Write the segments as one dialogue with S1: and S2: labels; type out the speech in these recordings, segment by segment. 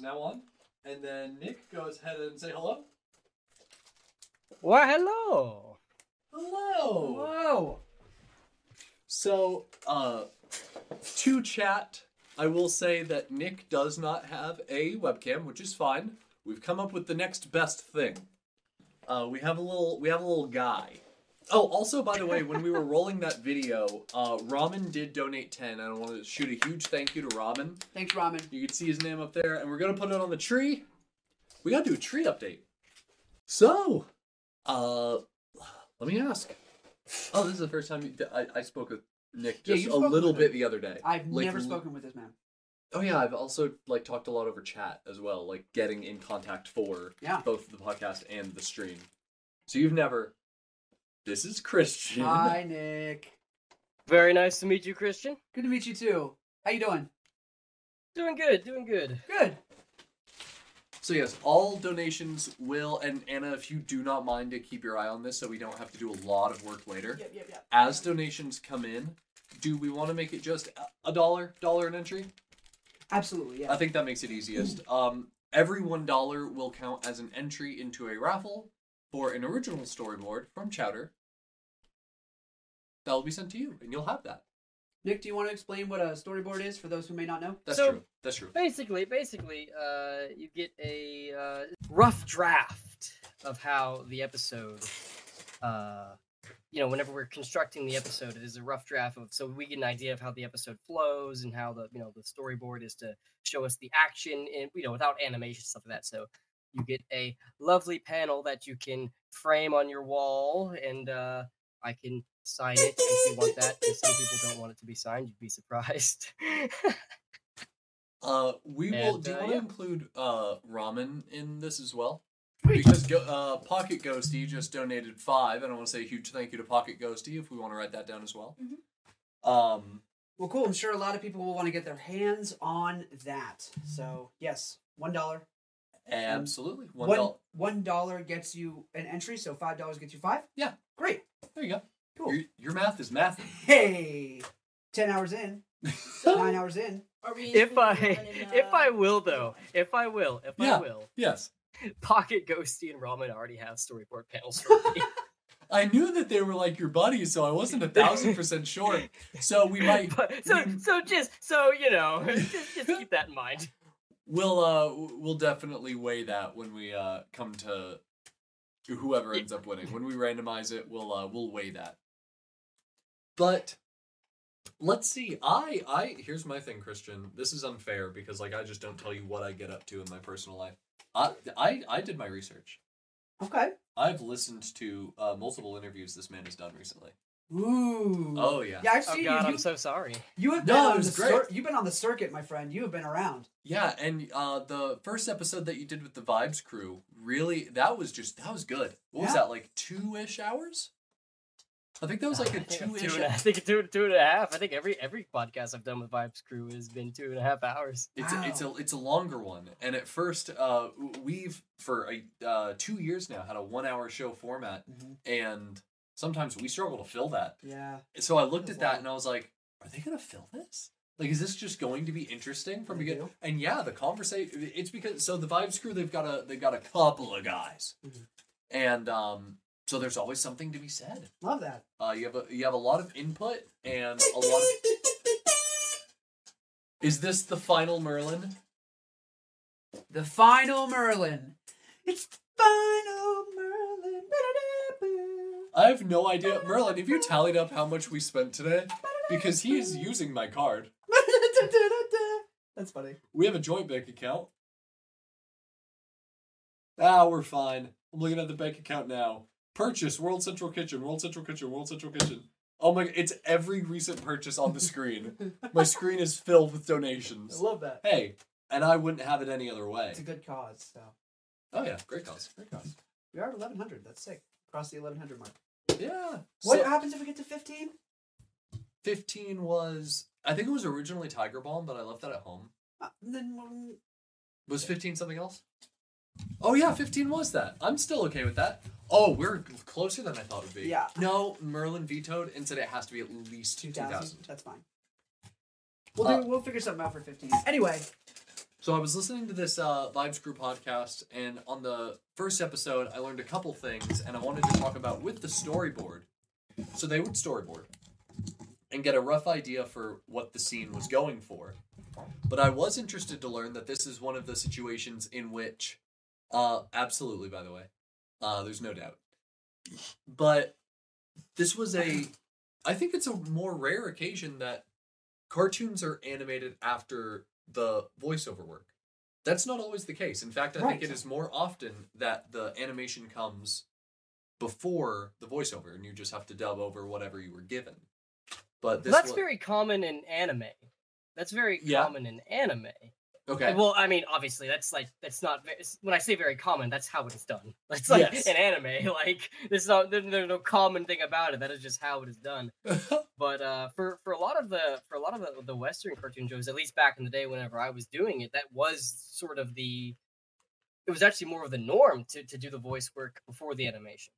S1: now on. And then Nick, goes ahead and say hello.
S2: Well, hello.
S1: Hello.
S3: Whoa!
S1: So, uh, to chat, I will say that Nick does not have a webcam, which is fine. We've come up with the next best thing. Uh, we have a little, we have a little guy. Oh, also, by the way, when we were rolling that video, uh, Ramen did donate ten, and I want to shoot a huge thank you to Ramen.
S3: Thanks, Ramen.
S1: You can see his name up there, and we're gonna put it on the tree. We gotta do a tree update. So, uh, let me ask. Oh, this is the first time you, I, I spoke with Nick
S3: Yeah,
S1: just a
S3: you've spoken
S1: little
S3: with
S1: bit
S3: him.
S1: the other day.
S3: I've
S1: Like,
S3: never
S1: l-
S3: spoken with this man.
S1: Oh yeah, I've also like talked a lot over chat as well, like getting in contact for
S3: Yeah.
S1: both the podcast and the stream. So you've never. This is Christian.
S3: Hi, Nick.
S2: Very nice to meet you, Christian.
S3: Good to meet you too. How you doing?
S2: Doing good, doing good.
S3: Good.
S1: So yes, all donations will and Anna, if you do not mind to keep your eye on this, so we don't have to do a lot of work later.
S3: Yep, yep, yep.
S1: as donations come in, do we want to make it just a- a dollar, dollar an entry?
S3: Absolutely, yeah.
S1: I think that makes it easiest. Um, every one dollar will count as an entry into a raffle for an original storyboard from Chowder. That will be sent to you, and you'll have that.
S3: Nick, do you want to explain what a storyboard is for those who may not know?
S1: That's
S2: So-
S1: true. That's true.
S2: Basically, basically, uh, you get a uh, rough draft of how the episode, uh, you know, whenever we're constructing the episode, it is a rough draft of so we get an idea of how the episode flows and how the you know the storyboard is to show us the action and you know without animation stuff like that. So you get a lovely panel that you can frame on your wall, and uh, I can sign it if you want that. And some people don't want it to be signed. You'd be surprised.
S1: Uh, we will.
S2: And,
S1: Do you
S2: uh,
S1: want to
S2: yeah.
S1: include uh, ramen in this as well?
S3: Sweet.
S1: Because go, uh, Pocket Ghosty just donated five, and I want to say a huge thank you to Pocket Ghosty if we want to write that down as well.
S2: Mm-hmm.
S1: Um,
S3: Well, cool. I'm sure a lot of people will want to get their hands on that. So, yes, one dollar.
S1: absolutely. One
S3: One-
S1: dollar.
S3: One dollar gets you an entry, so five dollars gets you five.
S1: Yeah.
S3: Great.
S1: There you go.
S3: Cool.
S1: Your, your math is math.
S3: Hey, ten hours in, nine hours in.
S4: Are we
S2: if I
S4: including
S2: if I
S4: ramen in
S2: will though, if I will, if
S1: Yeah.
S2: I will,
S1: yes.
S2: Pocket Ghosty and Ramen already have storyboard panels for me.
S1: I knew that they were like your buddies, so I wasn't a thousand percent sure. So we might
S2: But- so
S1: we-
S2: so just so you know, just, just keep that in mind.
S1: we'll uh we'll definitely weigh that when we uh come to whoever ends up winning. When we randomize it, we'll uh we'll weigh that. But let's see. I I here's my thing, Christian. This is unfair because like I just don't tell you what I get up to in my personal life. I I, I did my research.
S3: Okay.
S1: I've listened to uh, multiple interviews this man has done recently.
S3: Ooh.
S1: Oh yeah.
S3: Yeah, I've
S2: Oh
S3: seen
S2: God,
S3: you.
S2: I'm
S3: You,
S2: so sorry.
S3: you have
S1: No,
S3: been
S1: it
S3: on
S1: was
S3: the
S1: great.
S3: cir- you've been on the circuit, my friend. You have been around.
S1: Yeah, and uh the first episode that you did with the Vibes crew, really that was just that was good. What was
S3: Yeah.
S1: that like 2ish hours? I think that was like a
S2: I think
S1: 2ish.
S2: two and a, I think two two and a half. I think every every podcast I've done with Vibes Crew has been two and a half hours.
S1: It's a, it's a it's a longer one. And at first uh w- we've for a uh 2 years now had a 1 hour show format and sometimes we struggle to fill that.
S3: Mm-hmm. Yeah.
S1: So I looked
S3: Feels
S1: at that
S3: long.
S1: and I was like, are they going to fill this? Like, is this just going to be interesting from
S3: They
S1: beginning?
S3: do.
S1: And yeah, the conversation. It's because so the Vibes crew they've got a they've got a couple of guys,
S3: Mhm.
S1: and um, so there's always something to be said.
S3: Love that.
S1: Uh, you have a you have a lot of input and a lot of. Is this the final Merlin?
S3: The final Merlin. It's the final Merlin. Ba-da-da-ba.
S1: I have no idea, Merlin. Have you tallied up how much we spent today? Because he is using my card.
S3: Da-da-da-da-da. That's funny.
S1: We have a joint bank account. Ah, we're fine. I'm looking at the bank account now. Purchase World Central Kitchen, World Central Kitchen, World Central Kitchen. Oh my, it's every recent purchase on the screen. my screen is filled with
S3: I
S1: donations.
S3: love that.
S1: Hey, and I wouldn't have it any other way.
S3: It's a good cause. So
S1: Oh yeah, great cause.
S3: great cause. We are at eleven hundred. That's sick. Cross the eleven hundred mark.
S1: Yeah.
S3: What
S1: So
S3: happens if we get to fifteen?
S1: 15 was I think it was originally Tiger Balm, but I left that at home.
S3: Then um,
S1: Was 15 something else? Oh yeah, 15 was that. I'm still okay with that. Oh, we're closer than I thought it would be.
S3: Yeah.
S1: No, Merlin vetoed and said it has to be at least
S3: two
S1: 2,000.
S3: thousand. That's fine. We'll
S1: Uh,
S3: do, we'll figure something out for fifteen. Anyway,
S1: So I was listening to this uh, Vibe Screw podcast, and on the first episode, I learned a couple things, and I wanted to talk about with the storyboard. So they would storyboard and get a rough idea for what the scene was going for. But I was interested to learn that this is one of the situations in which, uh, absolutely, by the way, uh, there's no doubt. But this was a, I think it's a more rare occasion that cartoons are animated after the voiceover work. That's not always the case. In fact, I
S3: Right.
S1: think it is more often that the animation comes before the voiceover and you just have to dub over whatever you were given. But this
S2: That's
S1: wa-
S2: very common in anime. That's very
S1: Yeah.
S2: common in anime.
S1: okay.
S2: Well, I mean, obviously, that's like that's not ve- it's- when I say very common. That's how it's done. That's like
S1: Yes.
S2: an anime. Like there's not there, there's no common thing about it. That is just how it is done. But uh, for for a lot of the for a lot of the, the Western cartoon shows, at least back in the day, whenever I was doing it, that was sort of the it was actually more of the norm to to do the voice work before the animation.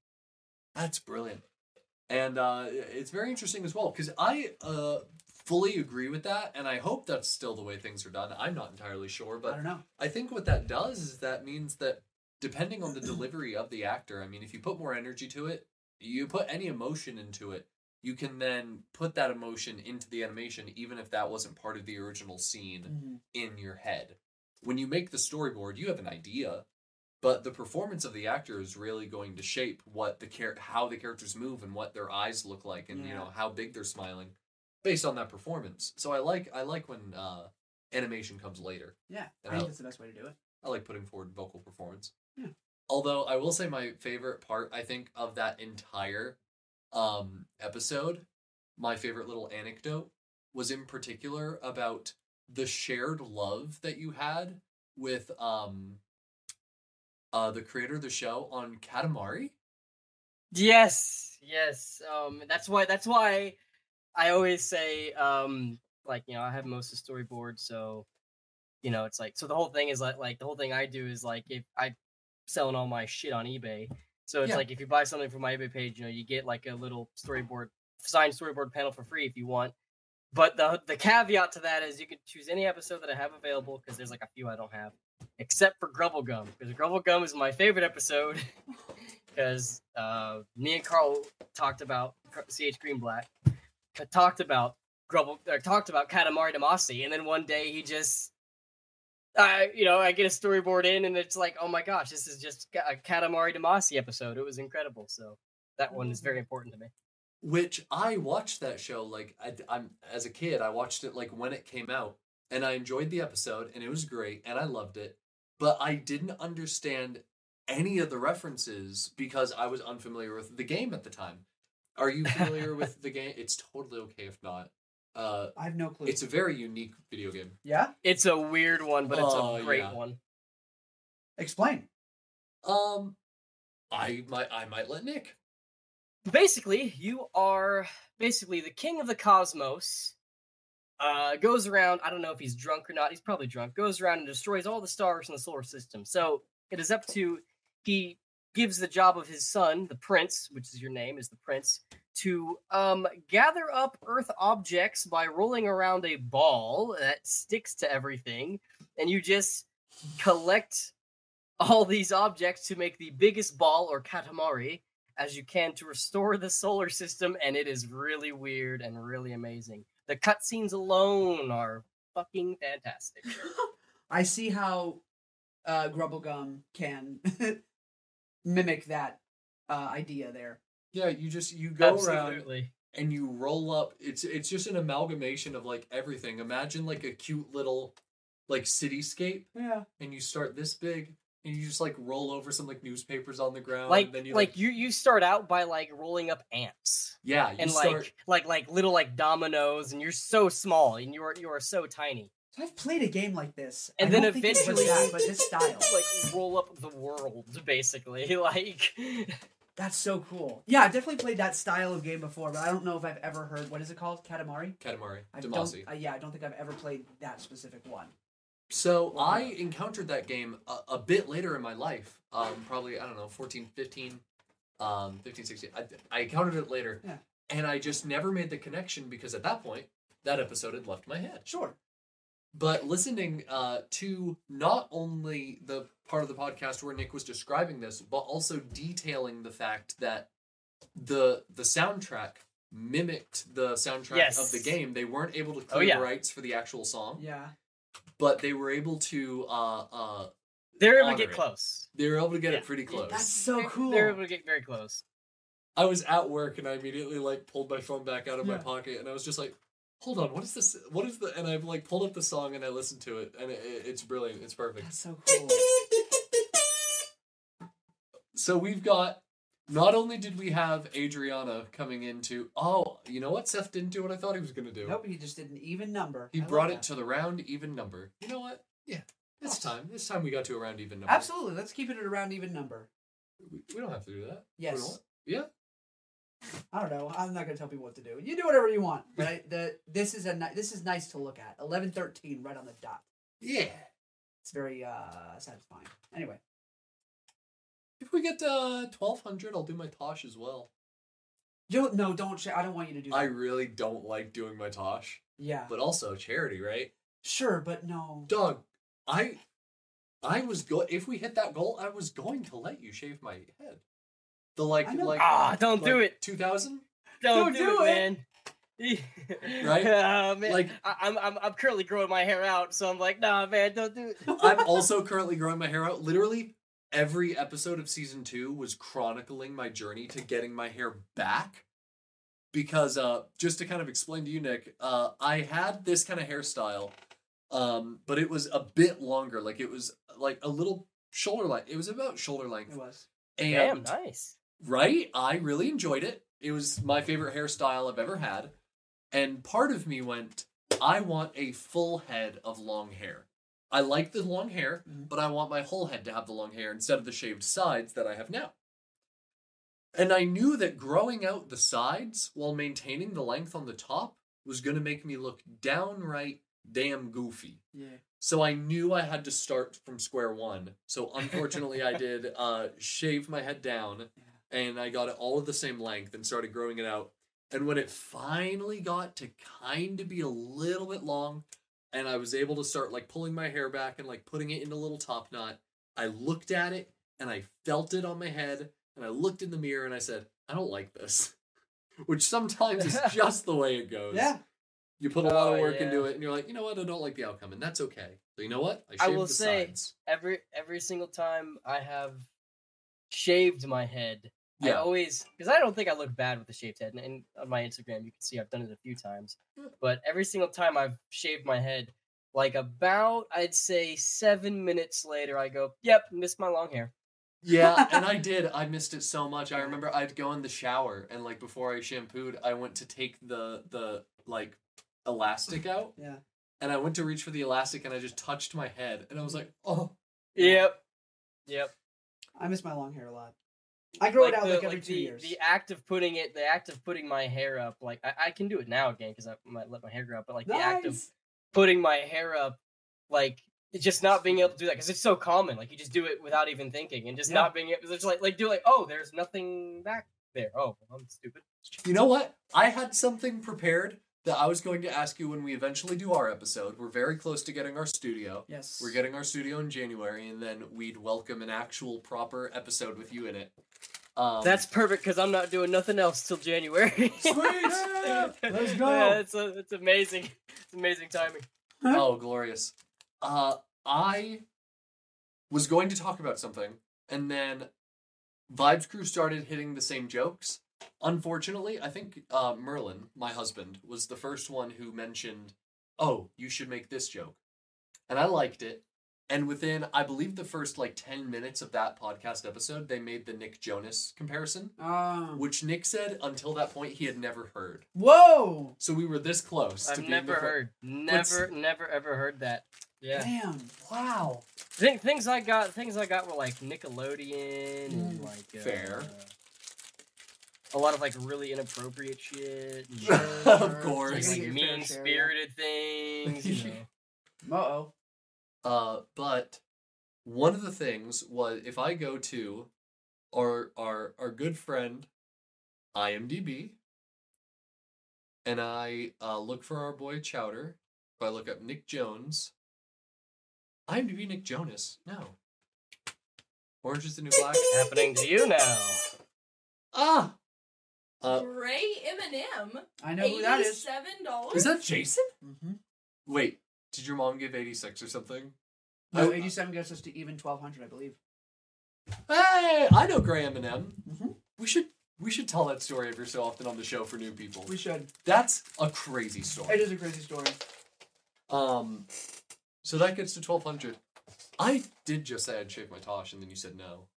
S1: That's brilliant. And uh, i- it's very interesting as well because I uh, fully agree with that, and I hope that's still the way things are done. I'm not entirely sure,
S3: I
S1: but
S3: don't know.
S1: I think what that does is that means that depending on the delivery of the actor, I mean, if you put more energy to it, you put any emotion into it, you can then put that emotion into the animation, even if that wasn't part of the original scene
S3: Mm-hmm.
S1: in your head. When you make the storyboard, you have an idea, but the performance of the actor is really going to shape what the char- how the characters move and what their eyes look like and you
S3: Yeah.
S1: know how big they're smiling based on that performance. So I like I like when uh animation comes later.
S3: Yeah, I
S1: And I'll-
S3: think that's the best way to do it.
S1: I like putting forward vocal performance.
S3: Yeah.
S1: Although I will say my favorite part I think of that entire um episode, my favorite little anecdote was in particular about the shared love that you had with um uh the creator of the show on Katamari.
S2: Yes, yes. Um, that's why. That's why I always say, um, like you know, I have most of the storyboard, so you know, it's like so. The whole thing is like, like the whole thing I do is like if I selling all my shit on eBay, so it's
S1: Yeah.
S2: like if you buy something from my eBay page, you know, you get like a little storyboard signed storyboard panel for free if you want. But the the caveat to that is you can choose any episode that I have available because there's like a few I don't have, except for Grubblegum because Grubblegum is my favorite episode because uh, me and Carl talked about CH Greenblatt uh, talked about Grubble or talked about Katamari Damacy, and then one day he just, I you know I get a storyboard in, and it's like oh my gosh, this is just a Katamari Damacy episode. It was incredible. So that one is very important to me.
S1: which I watched that show like I, I'm as a kid. I watched it like when it came out, and I enjoyed the episode, and it was great, and I loved it. But I didn't understand any of the references because I was unfamiliar with the game at the time. Are you familiar with the game? It's totally okay if not. Uh,
S3: I have no clue.
S1: it's a very unique video game.
S3: yeah,
S2: It's a weird one, but it's
S1: Oh,
S2: a great
S1: yeah.
S2: one.
S3: explain.
S1: Um, I might I might let Nick.
S2: basically you are basically the king of the cosmos uh goes around i don't know if he's drunk or not he's probably drunk goes around and destroys all the stars in the solar system so it is up to he gives the job of his son the prince which is your name is the prince to um gather up earth objects by rolling around a ball that sticks to everything and you just collect all these objects to make the biggest ball or katamari as you can to restore the solar system, and it is really weird and really amazing. The cutscenes alone are fucking fantastic.
S3: I see how uh, Grubblegum can mimic that uh, idea there.
S1: Yeah, you just you
S2: Absolutely.
S1: and you roll up it's it's just an amalgamation of like everything imagine like a cute little like cityscape
S3: Yeah.
S1: and you start this big and you just like roll over some like newspapers on the ground
S2: Like,
S1: and uh, then you
S2: like you, you start out by like rolling up ants
S1: yeah you
S2: and
S1: start
S2: like, like, like little like dominoes, and you're so small and you are you are so tiny.
S3: So I've played a game like this,
S2: And
S3: I
S2: then
S3: don't think it's
S2: eventually-
S3: like that, but this style.
S2: Like roll up the world, basically. Like,
S3: That's so cool. Yeah, I've definitely played that style of game before, but I don't know if I've ever heard what is it called? Katamari.
S1: katamari
S3: I don't-
S1: Damacy.
S3: uh, yeah, I don't think I've ever played that specific one.
S1: so
S3: Wow.
S1: i encountered that game a, a bit later in my life um probably i don't know 14 15 um 15 16 i, I encountered it later
S3: Yeah.
S1: and i just never made the connection because at that point that episode had left my head
S3: Sure.
S1: but listening uh, to not only the part of the podcast where Nick was describing this, but also detailing the fact that the the soundtrack mimicked the soundtrack of the
S2: Yes.
S1: game. They weren't able to
S2: Oh,
S1: claim
S2: yeah.
S1: rights for the actual song,
S3: Yeah.
S1: but they were able to uh, uh,
S2: They're able to
S1: Honor
S2: get
S1: it.
S2: close.
S1: they were able to get
S2: Yeah.
S1: it pretty close.
S3: That's so
S2: They're-
S3: cool.
S2: They're able to get very close.
S1: I was at work and I immediately like pulled my phone back out of my
S3: Yeah.
S1: pocket and I was just like, hold on, what is this? What is the? And I've like pulled up the song and I listened to it and it, it- it's brilliant. It's perfect.
S3: That's so cool.
S1: So we've got. Not only did we have Adriana coming into, oh, you know what? Seth didn't do what I thought he was going to do.
S3: Nope, he just did an even number.
S1: He
S3: I love
S1: brought it
S3: that.
S1: to the round even number. You know what? Yeah. This
S3: Awesome.
S1: time, this time we got to a round even number.
S3: Absolutely. Let's keep it at a round even number.
S1: We, we don't have to do that. We
S3: Yes.
S1: don't- Yeah.
S3: I don't know. I'm not gonna tell people what to do. You do whatever you want, right? the this is a ni- this is nice to look at. Eleven thirteen, right on the dot.
S1: Yeah.
S3: It's very uh satisfying. Anyway,
S1: If we get to uh, 1200, I'll do my Tosh as well.
S3: you no, don't. Sh- I don't want you to do that.
S1: I really don't like doing my Tosh,
S3: yeah,
S1: but also charity, right?
S3: sure, but no.
S1: Doug, I I was go if we hit that goal, I was going to let you shave my head. The like
S3: I know.
S1: like
S2: Ah, don't do it.
S1: 2000?
S2: Don't,
S3: Don't
S2: do,
S3: do
S2: it,
S3: it.
S2: man.
S1: Right?
S2: Oh, man.
S1: Like-
S2: I, I'm, I'm, I'm currently growing my hair out, so I'm like, nah, man, don't do it.
S1: I'm also currently growing my hair out. Literally every episode of season two was chronicling my journey to getting my hair back. Because uh, just to kind of explain to you, Nick, uh, I had this kind of hairstyle, um, but it was a bit longer. Like it was like a little shoulder length. It was about shoulder
S3: It
S1: length.
S3: was.
S1: And
S2: Damn, nice.
S1: right? I really enjoyed it. It was my favorite hairstyle I've ever had. And part of me went, I want a full head of long hair. I like the long hair,
S3: Mhm.
S1: but I want my whole head to have the long hair instead of the shaved sides that I have now. And I knew that growing out the sides while maintaining the length on the top was going to make me look downright damn goofy.
S3: Yeah.
S1: So I knew I had to start from square one. So unfortunately, I did uh, shave my head down, and I got it all of the same length and started growing it out. And when it finally got to kind of be a little bit long, and I was able to start like pulling my hair back and like putting it in a little top knot, I looked at it and I felt it on my head, and I looked in the mirror and I said, "I don't like this," which sometimes is just the way it goes
S3: Yeah.
S1: you put a lot of
S2: Oh,
S1: work
S2: yeah.
S1: into it and you're like you know what i don't like the outcome and that's okay so you know what
S2: I
S1: shaved
S2: will
S1: the
S2: say-
S1: sides.
S2: Every every single time I have shaved my head, I
S1: yeah
S2: always because I don't think I look bad with a shaved head, and, and on my Instagram you can see I've done it a few times.
S1: Yeah.
S2: But every single time I've shaved my head, like about I'd say seven minutes later, I go, "Yep, missed my long hair."
S1: yeah and i did i missed it so much i remember i'd go in the shower and like before i shampooed i went to take the the like elastic out
S3: Yeah.
S1: and i went to reach for the elastic and i just touched my head and i was like oh
S2: Yep, yep.
S3: I miss my long hair a lot. I grow it out
S2: the-
S3: like every two
S2: the,
S3: years.
S2: The act of putting it, the act of putting my hair up, like I, I can do it now again because I might let my hair grow out, but like the act of
S3: nice.
S2: putting my hair up, like it's just not being able to do that because it's so common. Like you just do it without even thinking, and just
S3: Yeah.
S2: not being able. It's like like do like oh, there's nothing back there. Oh, I'm stupid.
S1: you know what i had something prepared that i was going to ask you when we eventually do our episode we're very close to getting our studio
S3: Yes.
S1: We're getting our studio in January, and then we'd welcome an actual proper episode with you in it. Um,
S2: That's perfect because I'm not doing nothing else till January.
S1: Sweet! Let's go!
S2: Yeah, it's a, it's uh, amazing. It's amazing timing.
S1: oh glorious. Uh, I was going to talk about something, and then Vibes Crew started hitting the same jokes. Unfortunately, I think uh, Merlin, my husband, was the first one who mentioned, "Oh, you should make this joke," and I liked it. And within, I believe, the first like ten minutes of that podcast episode, they made the Nick Jonas comparison.
S3: Um,
S1: which Nick said until that point he had never heard.
S3: whoa.
S1: So we were this close. to
S2: I've
S1: being
S2: never
S1: the fir-
S2: heard, never, never, ever heard that. Yeah.
S3: Damn.
S1: Wow.
S2: Th- things I got, things I got were like Nickelodeon and
S3: Mm.
S2: like uh,
S1: Fair.
S2: A lot of like really inappropriate shit. and,
S1: Sure. Of course.
S2: Like,
S1: You're
S3: gonna get
S2: mean
S3: your fair share, yeah.
S2: spirited things. You know.
S3: Uh oh.
S1: Uh, but one of the things was if I go to our our our good friend IMDb and I uh, look for our boy Chowder If I look up Nick Jones, IMDb Nick Jonas. No. Orange is the New Black.
S2: Happening to you now.
S1: ah, Uh,
S4: Gray Eminem.
S3: I know who that is.
S4: Seven dollars.
S1: is that Jason?
S3: Mm-hmm.
S1: Wait, did your mom give eighty six or something?
S3: No,
S1: I-
S3: 87 gets us to even 1200, I believe.
S1: Hey, I know Graham and M.
S3: Mhm.
S1: We should we should tell that story every so often on the show for new people.
S3: We should.
S1: That's a crazy
S3: It
S1: story.
S3: is a crazy story.
S1: Um, so that gets to twelve hundred. I did just say I'd shave my tosh, and then you said no.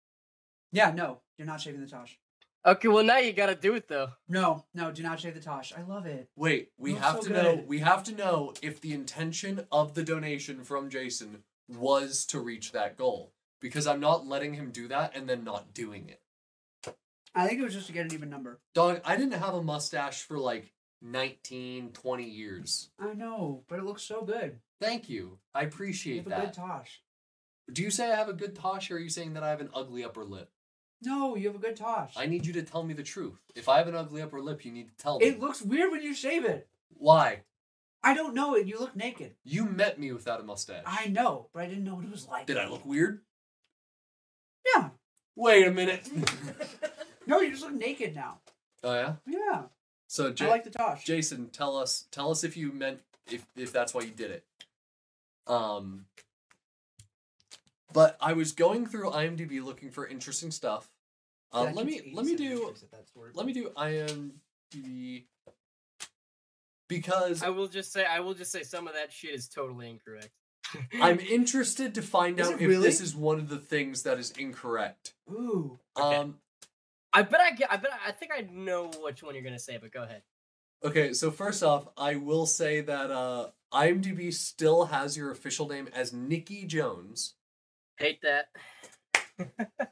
S3: Yeah, no, you're not shaving the Tosh.
S2: Okay, well now you gotta do it though.
S3: No, no, do not shave the Tosh. I love it.
S1: Wait, we
S3: Not
S1: have
S3: so
S1: to know.
S3: good.
S1: We have to know if the intention of the donation from Jason was to reach that goal, because I'm not letting him do that and then not doing it.
S3: I think it was just to get an even number.
S1: Dog, I didn't have a mustache for like 19, 20 years.
S3: I know, but it looks so good.
S1: Thank you. I
S3: You
S1: appreciate
S3: have a
S1: that.
S3: good Tosh.
S1: Do you say I have a good tosh or are you saying that I have an ugly upper lip?
S3: No, you have a good Tosh.
S1: I need you to tell me the truth. If I have an ugly upper lip, you need to tell me.
S3: It looks weird when you shave it.
S1: Why?
S3: I don't know, and you look naked.
S1: You met me without a mustache.
S3: I know, but I didn't know what it was like.
S1: Did I look weird?
S3: Yeah.
S1: Wait a minute.
S3: No, you just look naked now.
S1: oh yeah.
S3: Yeah.
S1: So
S3: I
S1: J-
S3: like the Tosh.
S1: Jason, tell us tell us if you meant if if that's why you did it. Um but I was going through IMDb looking for interesting stuff. Uh,
S3: That
S1: let
S3: gets
S1: me let me
S3: 87
S1: do
S3: pictures at that store.
S1: let me do IMDb because
S2: I will just say I will just say some of that shit is totally incorrect.
S1: I'm interested to find
S3: Is
S1: out
S3: it
S1: if
S3: really?
S1: this is one of the things that is incorrect.
S3: Ooh.
S1: Um
S2: I bet I get I bet I- I think I know which one you're gonna say, but go ahead.
S1: okay, so first off, I will say that uh IMDb still has your official name as Nikki Jones.
S2: Hate that.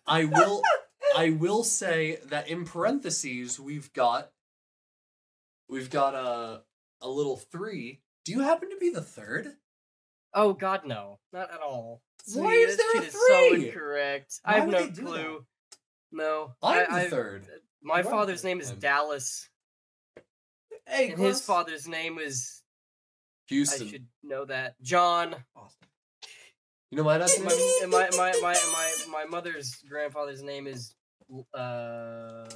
S1: I will I will say that in parentheses we've got we've got a a little three. Do you happen to be the third?
S2: Oh God, no, not at all.
S1: Why is
S2: that
S1: there a
S2: shit so
S1: three?
S2: incorrect.
S3: Why
S2: I have
S3: would
S2: no
S3: they do that?
S2: clue. No,
S1: I'm
S2: I-
S1: the
S2: I-
S1: third.
S2: My
S1: You are
S2: father's
S1: the
S2: name is
S1: third.
S2: Dallas,
S3: Hey,
S2: and
S3: close.
S2: his father's name is.
S1: Houston.
S2: I should know that. John.
S3: Austin.
S1: You know my last
S2: My
S1: name?
S2: my my my my, my mother's grandfather's name is. Uh,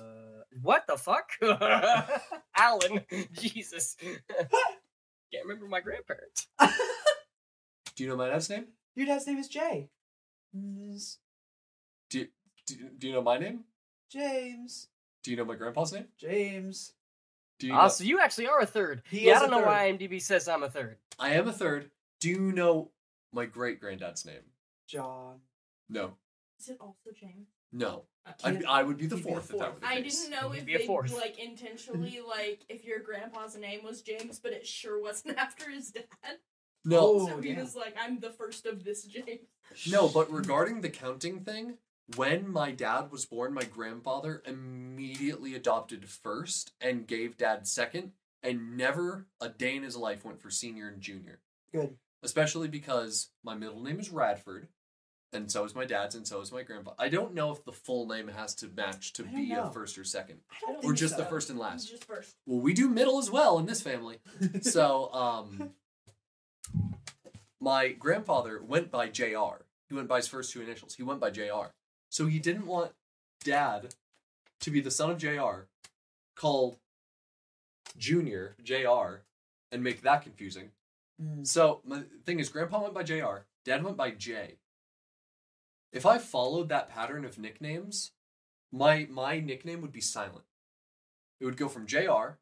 S2: what the fuck? Alan. Jesus. Can't remember my grandparents.
S1: Do you know my last name?
S3: Your dad's name is Jay. Ms.
S1: Do, do you know my name?
S3: James.
S1: Do you know my grandpa's name?
S3: James.
S1: Do you
S2: Ah,
S1: know?
S2: so you actually are a third.
S3: He
S2: yeah,
S3: is
S2: I
S3: a
S2: don't know
S3: third.
S2: why IMDb says I'm a third.
S1: I am a third. Do you know my great granddad's name?
S3: John.
S1: No.
S4: Is it also James?
S1: No. I,
S3: Can't-
S1: I would be the
S3: You'd be the
S1: fourth if that
S3: fourth.
S1: were the
S4: I
S1: case.
S4: didn't know if
S2: Be a
S4: they
S2: fourth.
S4: like intentionally like if your grandpa's name was James, but it sure wasn't after his dad.
S1: No.
S3: Oh,
S4: so he
S3: yeah.
S4: was like, "I'm the first of this James."
S3: Oh,
S1: No, but regarding the counting thing, when my dad was born, my grandfather immediately adopted first and gave dad second, and never a day in his life went for senior and junior.
S3: Good.
S1: Especially because my middle name is Radford, and so is my dad's, and so is my grandpa. I don't know if the full name has to match to
S3: I don't
S1: be a
S3: know.
S1: first or second,
S3: I don't
S4: Or
S1: or
S3: think
S1: just
S3: so.
S1: the first and last.
S4: Just first.
S1: Well, we do middle as well in this family. So, um, my grandfather went by JR. He went by his first two initials. He went by JR. So he didn't want dad to be the son of JR called Junior, JR, and make that confusing.
S3: Mm.
S1: So, my thing is, grandpa went by JR, dad went by J. If I followed that pattern of nicknames, my my nickname would be silent. It would go from JR,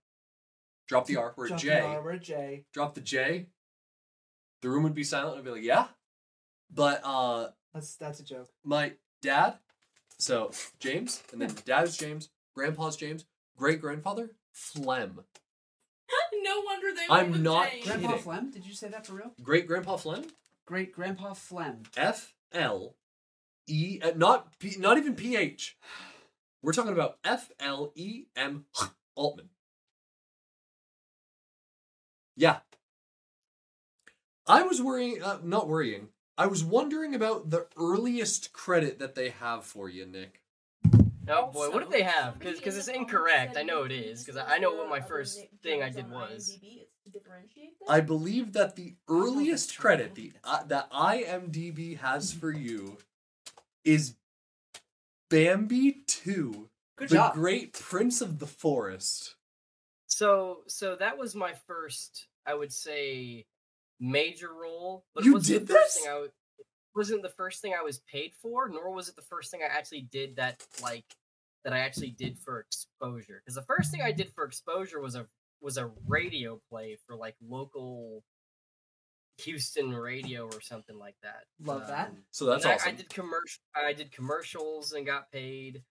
S1: drop the R, we're
S3: John
S1: J,
S3: Connor, We're a J.
S1: drop the J. The room would be silent. I'd be like, yeah. But uh
S3: That's that's a joke.
S1: my dad, so James, and then dad's James, grandpa's James, great grandfather, Flem.
S4: no wonder they.
S1: I'm
S4: went with
S1: not
S4: James.
S1: kidding.
S3: Grandpa Flem? Did you say that for real?
S1: Great grandpa Flem?
S3: Great Grandpa Flem.
S1: F L E uh, not P, not even P H. We're talking about F L E M Altman. Yeah. I was worrying uh, not worrying. I was wondering about the earliest credit that they have for you, Nick.
S2: Oh boy, what
S4: Also,
S2: did they have?
S4: somebody
S2: Because
S4: in
S2: it's
S4: the comments
S2: incorrect.
S4: said
S2: I know it
S4: Nick Jones
S2: is because I I know
S4: was
S2: what my
S4: other
S2: first
S4: Nick
S2: thing I
S4: Jones
S2: did
S4: on
S2: was.
S4: IMDb. It's differentiate them?
S1: I believe that the earliest
S3: that's right.
S1: credit the, uh, that IMDb has for you is Bambi 2,
S3: Good
S1: The
S3: job.
S1: Great Prince of the Forest.
S2: So so that was my first, I would say, major role. But
S1: You
S2: it wasn't
S1: did
S2: the first thing
S1: this?
S2: I w- it wasn't the first thing I was paid for, nor was it the first thing I actually did that like that I actually did for exposure. Because the first thing I did for exposure was a was a radio play for like local Houston radio or something like that. um,
S3: Love that.
S1: So that's
S2: and I-
S1: awesome.
S2: I, did commercial. I did commercials and got paid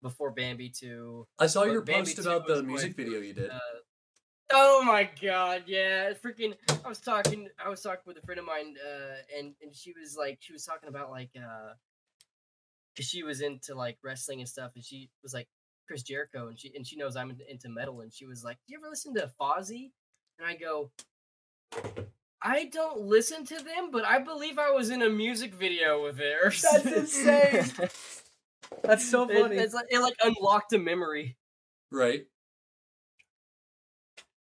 S2: before Bambi too.
S1: I saw
S2: But
S1: your
S2: Bambi
S1: post
S2: 2
S1: about
S2: was
S1: the
S2: my
S1: music video you did.
S2: Uh, oh my god, yeah, it's freaking! I was talking, I was talking with a friend of mine, uh, and and she was like, she was talking about like, uh, 'cause she was into like wrestling and stuff, and she was like Chris Jericho, and she and she knows I'm in- into metal, and she was like, "Do you ever listen to Fozzy?" And I go. I don't listen to them, but I believe I was in a music video with theirs.
S3: That's insane. That's so
S2: It-
S3: funny.
S2: it's like, it like unlocked a memory.
S1: right?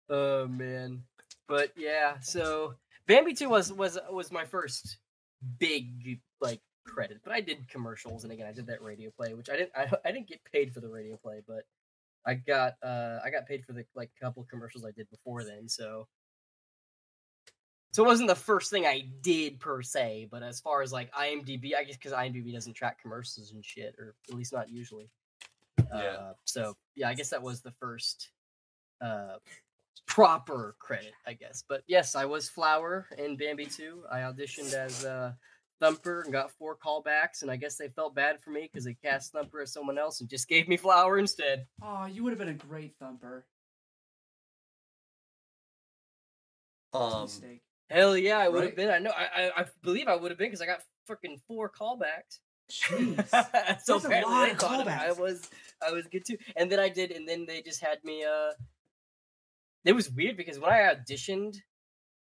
S2: Oh man, but yeah. So Bambi Two was was was my first big like credit, but I did commercials, and again, I did that radio play, which I didn't I, I didn't get paid for the radio play, but I got uh I got paid for the like couple commercials I did before then, so. So it wasn't the first thing I did per se, but as far as like IMDb, I guess because IMDb doesn't track commercials and shit, or at least not usually. Uh, so yeah, I guess that was the first uh, proper credit, I guess. But yes, I was Flower in Bambi 2. I auditioned as uh, Thumper and got four callbacks, and I guess they felt bad for me because they cast Thumper as someone else and just gave me Flower instead.
S3: oh, you would have been a great thumper. It's a
S1: Um,
S3: mistake.
S2: Hell yeah, I would have
S1: Right.
S2: been. I know. I I, I believe I would have been because I got freaking four callbacks.
S3: Jeez.
S2: so
S3: That's a
S2: apparently
S3: lot
S2: they
S3: of
S2: thought I
S3: callbacks.
S2: was I was good too. And then I did, and then they just had me. uh It was weird because when I auditioned,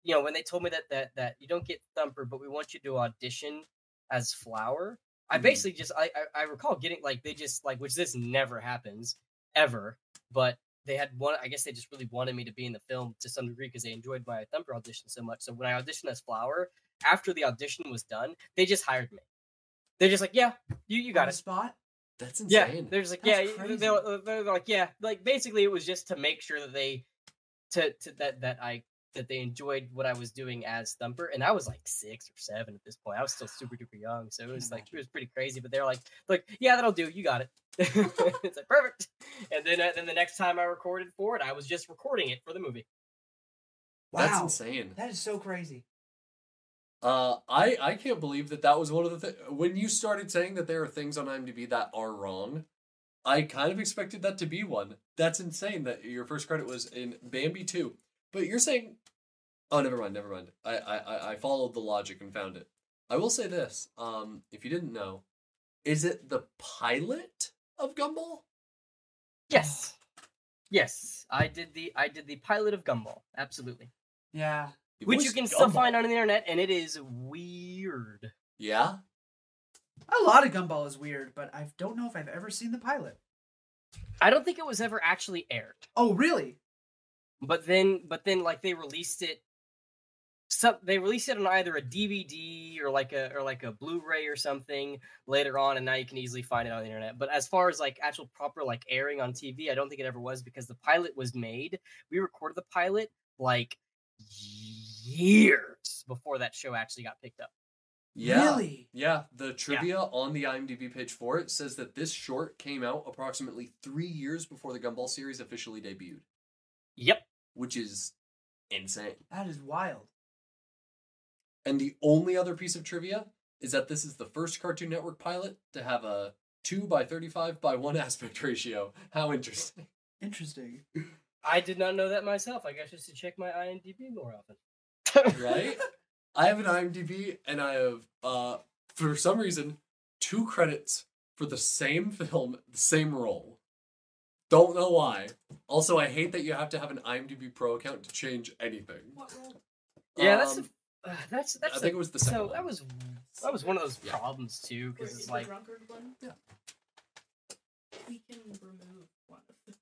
S2: you know, when they told me that that that you don't get Thumper, but we want you to audition as Flower. I
S3: Mm-hmm.
S1: Mhm.
S2: basically just I, I I recall getting like they just like which this never happens ever, but they had one. I guess they just really wanted me to be in the film to some degree because they enjoyed my Thumper audition so much. So when I auditioned as Flower, after the audition was done, they just hired me. They're just like, yeah, you you
S3: On
S2: got
S3: the
S2: it.
S3: spot.
S1: that's
S2: Yeah,
S1: insane.
S2: they're just like,
S3: That's
S2: yeah, you- they're, they're- they're like, yeah, like basically it was just to make sure that they, to, to that that I that they enjoyed what I was doing as Thumper, and I was like six or seven at this point. I was still super duper young, so it was like it was pretty crazy. But they're like, like, yeah, that'll do. You got it. it's like perfect. And then uh, then the next time I recorded for it, I was just recording it for the movie.
S1: That's
S3: Wow.
S1: insane.
S3: That is so crazy.
S1: Uh, I I can't believe that that was one of the thi- when you started saying that there are things on IMDb that are wrong. I kind of expected that to be one. That's insane that your first credit was in Bambi two, but you're saying, oh, never mind, never mind. I I I- I followed the logic and found it. I will say this. Um, if you didn't know, is it the pilot of Gumball?
S2: Yes, yes, I did the I did the pilot of Gumball. Absolutely,
S3: Yeah.
S1: You
S2: which you
S1: voiced
S2: can still
S1: Gumball.
S2: find on the internet, and it is weird.
S1: Yeah,
S3: A lot of Gumball is weird, but I don't know if I've ever seen the pilot.
S2: I don't think it was ever actually aired.
S3: Oh, really?
S2: But then but then like they released it some they released it on either a DVD or like a or like a Blu-ray or something later on and now you can easily find it on the internet. But as far as like actual proper like airing on TV, I don't think it ever was because the pilot was made. We recorded the pilot like years before that show actually got picked up.
S1: yeah.
S3: Really?
S1: Yeah, the trivia on the IMDb page for it says that this short came out approximately three years before the Gumball series officially debuted,
S2: Yep.
S1: which is insane.
S3: That is wild.
S1: And the only other piece of trivia is that this is the first Cartoon Network pilot to have a 2 by 35 by 1 aspect ratio. How interesting.
S3: Interesting.
S2: I did not know that myself. I guess I should check my IMDb more often.
S1: right? I have an IMDb and I have, uh, for some reason, two credits for the same film, the same role. Don't know why. Also, I hate that you have to have an IMDb Pro account to change anything.
S4: What role?
S2: Yeah, that's the
S1: Um,
S2: Uh, that's that's
S1: I
S2: the-
S1: think it was the second
S2: so
S1: one.
S2: that was that was one of those
S1: Yeah.
S2: problems too
S4: Where
S2: because
S4: is
S2: it's
S4: the
S2: like
S4: drunkard one?
S1: Yeah.
S4: We can remove one of them.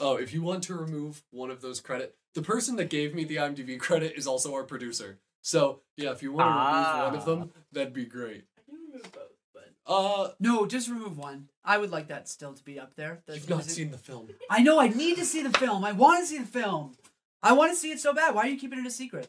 S1: Oh, if you want to remove one of those credit, the person that gave me the IMDb credit is also our producer. So yeah, if you want to remove one of them,
S2: Ah.
S1: that'd be great.
S4: I can remove both, but
S1: Uh,
S3: No, just remove one. I would like that still to be up there. The
S1: you've not
S3: music-
S1: seen the film.
S3: I know. I need to see the film. I want to see the film. I want to see it so bad. Why are you keeping it a secret?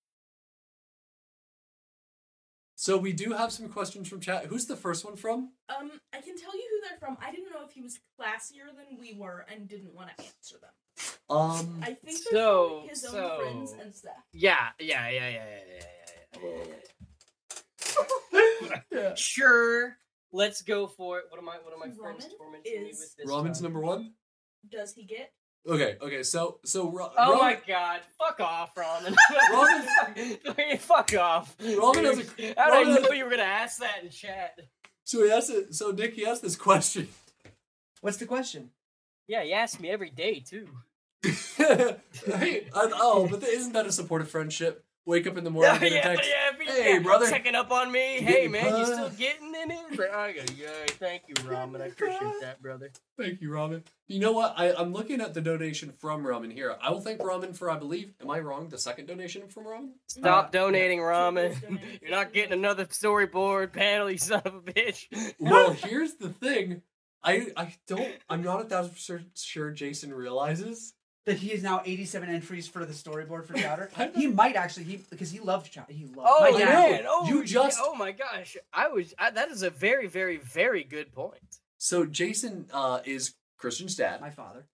S1: So we do have some questions from chat. Who's the first one from?
S4: um, I can tell you who they're from. I didn't know if he was classier than we were and didn't want to answer them.
S1: Um,
S4: I think they're from
S2: So-
S4: his
S2: so-
S4: own friends and stuff.
S2: Yeah, yeah, yeah, yeah, yeah, yeah, yeah, yeah, yeah, yeah.
S1: Oh,
S4: Yeah.
S2: Sure, let's go for it. What am I? What am I? friends
S4: Ramen
S2: tormenting me
S4: is-
S2: with this
S1: Ramen's
S2: time?
S1: number one.
S4: Does he get?
S1: Okay, okay. So so Ra-
S2: Oh
S1: Ra-
S2: my god! Fuck off, ramen.
S1: Ramen-
S2: fuck off.
S1: Ramen has
S2: Dude,
S1: a-
S2: How did I
S1: Ramen-
S2: know you were gonna ask that in chat?
S1: So he asked it. So Nick, he asked this question.
S3: What's the question?
S2: Yeah, he asked me every day too.
S1: hey, uh, oh, but th- isn't that a supportive friendship? Wake up in the morning,
S2: yeah,
S1: get a
S2: yeah,
S1: text.
S2: every-
S1: Hey,
S2: yeah,
S1: brother.
S2: checking up on me.
S1: You
S2: hey,
S1: getting
S2: man, you still
S1: pussed?
S2: getting in it? Bro, I go, yeah, thank you, ramen. I appreciate that, brother.
S1: Thank you, Ramen. You know what? I, I'm looking at the donation from Ramen here. I will thank Ramen for, I believe, am I wrong? The second donation from Ramen?
S2: Stop
S3: Uh,
S2: donating ramen.
S4: Please donate.
S2: You're not getting another storyboard panel, you son of a bitch.
S1: Well, here's the thing. I I don't. I'm not a thousand percent sure Jason realizes.
S3: That he is now 87 entries for the storyboard for Chowder.
S1: I'm
S3: he might actually, he because he loves Chowder. He loves.
S2: Oh
S1: My
S2: yeah!
S1: dad.
S2: man! Oh,
S1: You
S2: yeah,
S1: just-
S2: Oh my gosh! I was. I, that is a very, very, very good point.
S1: So Jason uh, is Christian's dad,
S3: my father.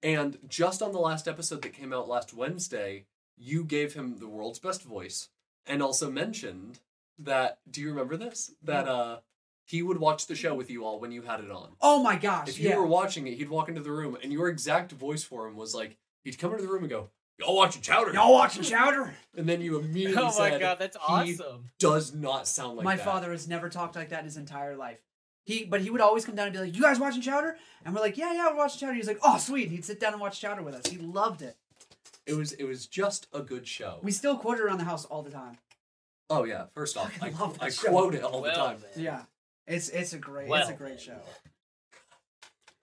S1: and just on the last episode that came out last Wednesday, you gave him the world's best voice, and also mentioned that. Do you remember this? That uh, he would watch the show with you all when you had it on.
S3: Oh my gosh!
S1: If you
S3: yeah.
S1: were watching it, he'd walk into the room, and your exact voice for him was like, he'd come into the room and go, "Y'all watching Chowder?"
S3: Y'all watching Chowder?
S1: And then you immediately
S2: Oh
S1: said,
S2: my god, that's
S1: "He
S2: awesome!
S1: Does not sound like
S3: my
S1: that."
S3: father has never talked like that in his entire life. He, but he would always come down and be like, "You guys watching Chowder?" And we're like, "Yeah, yeah, we're watching Chowder." He's like, "Oh, sweet!" And he'd sit down and watch Chowder with us. He loved it.
S1: It was it was just a good show.
S3: We still quote it around the house all the time.
S1: oh yeah, first off,
S3: I
S1: I,
S3: love that
S1: I
S3: show.
S1: quote it all the
S2: Well,
S1: time.
S2: man.
S3: Yeah, it's it's a great it's
S2: Well.
S3: a great show.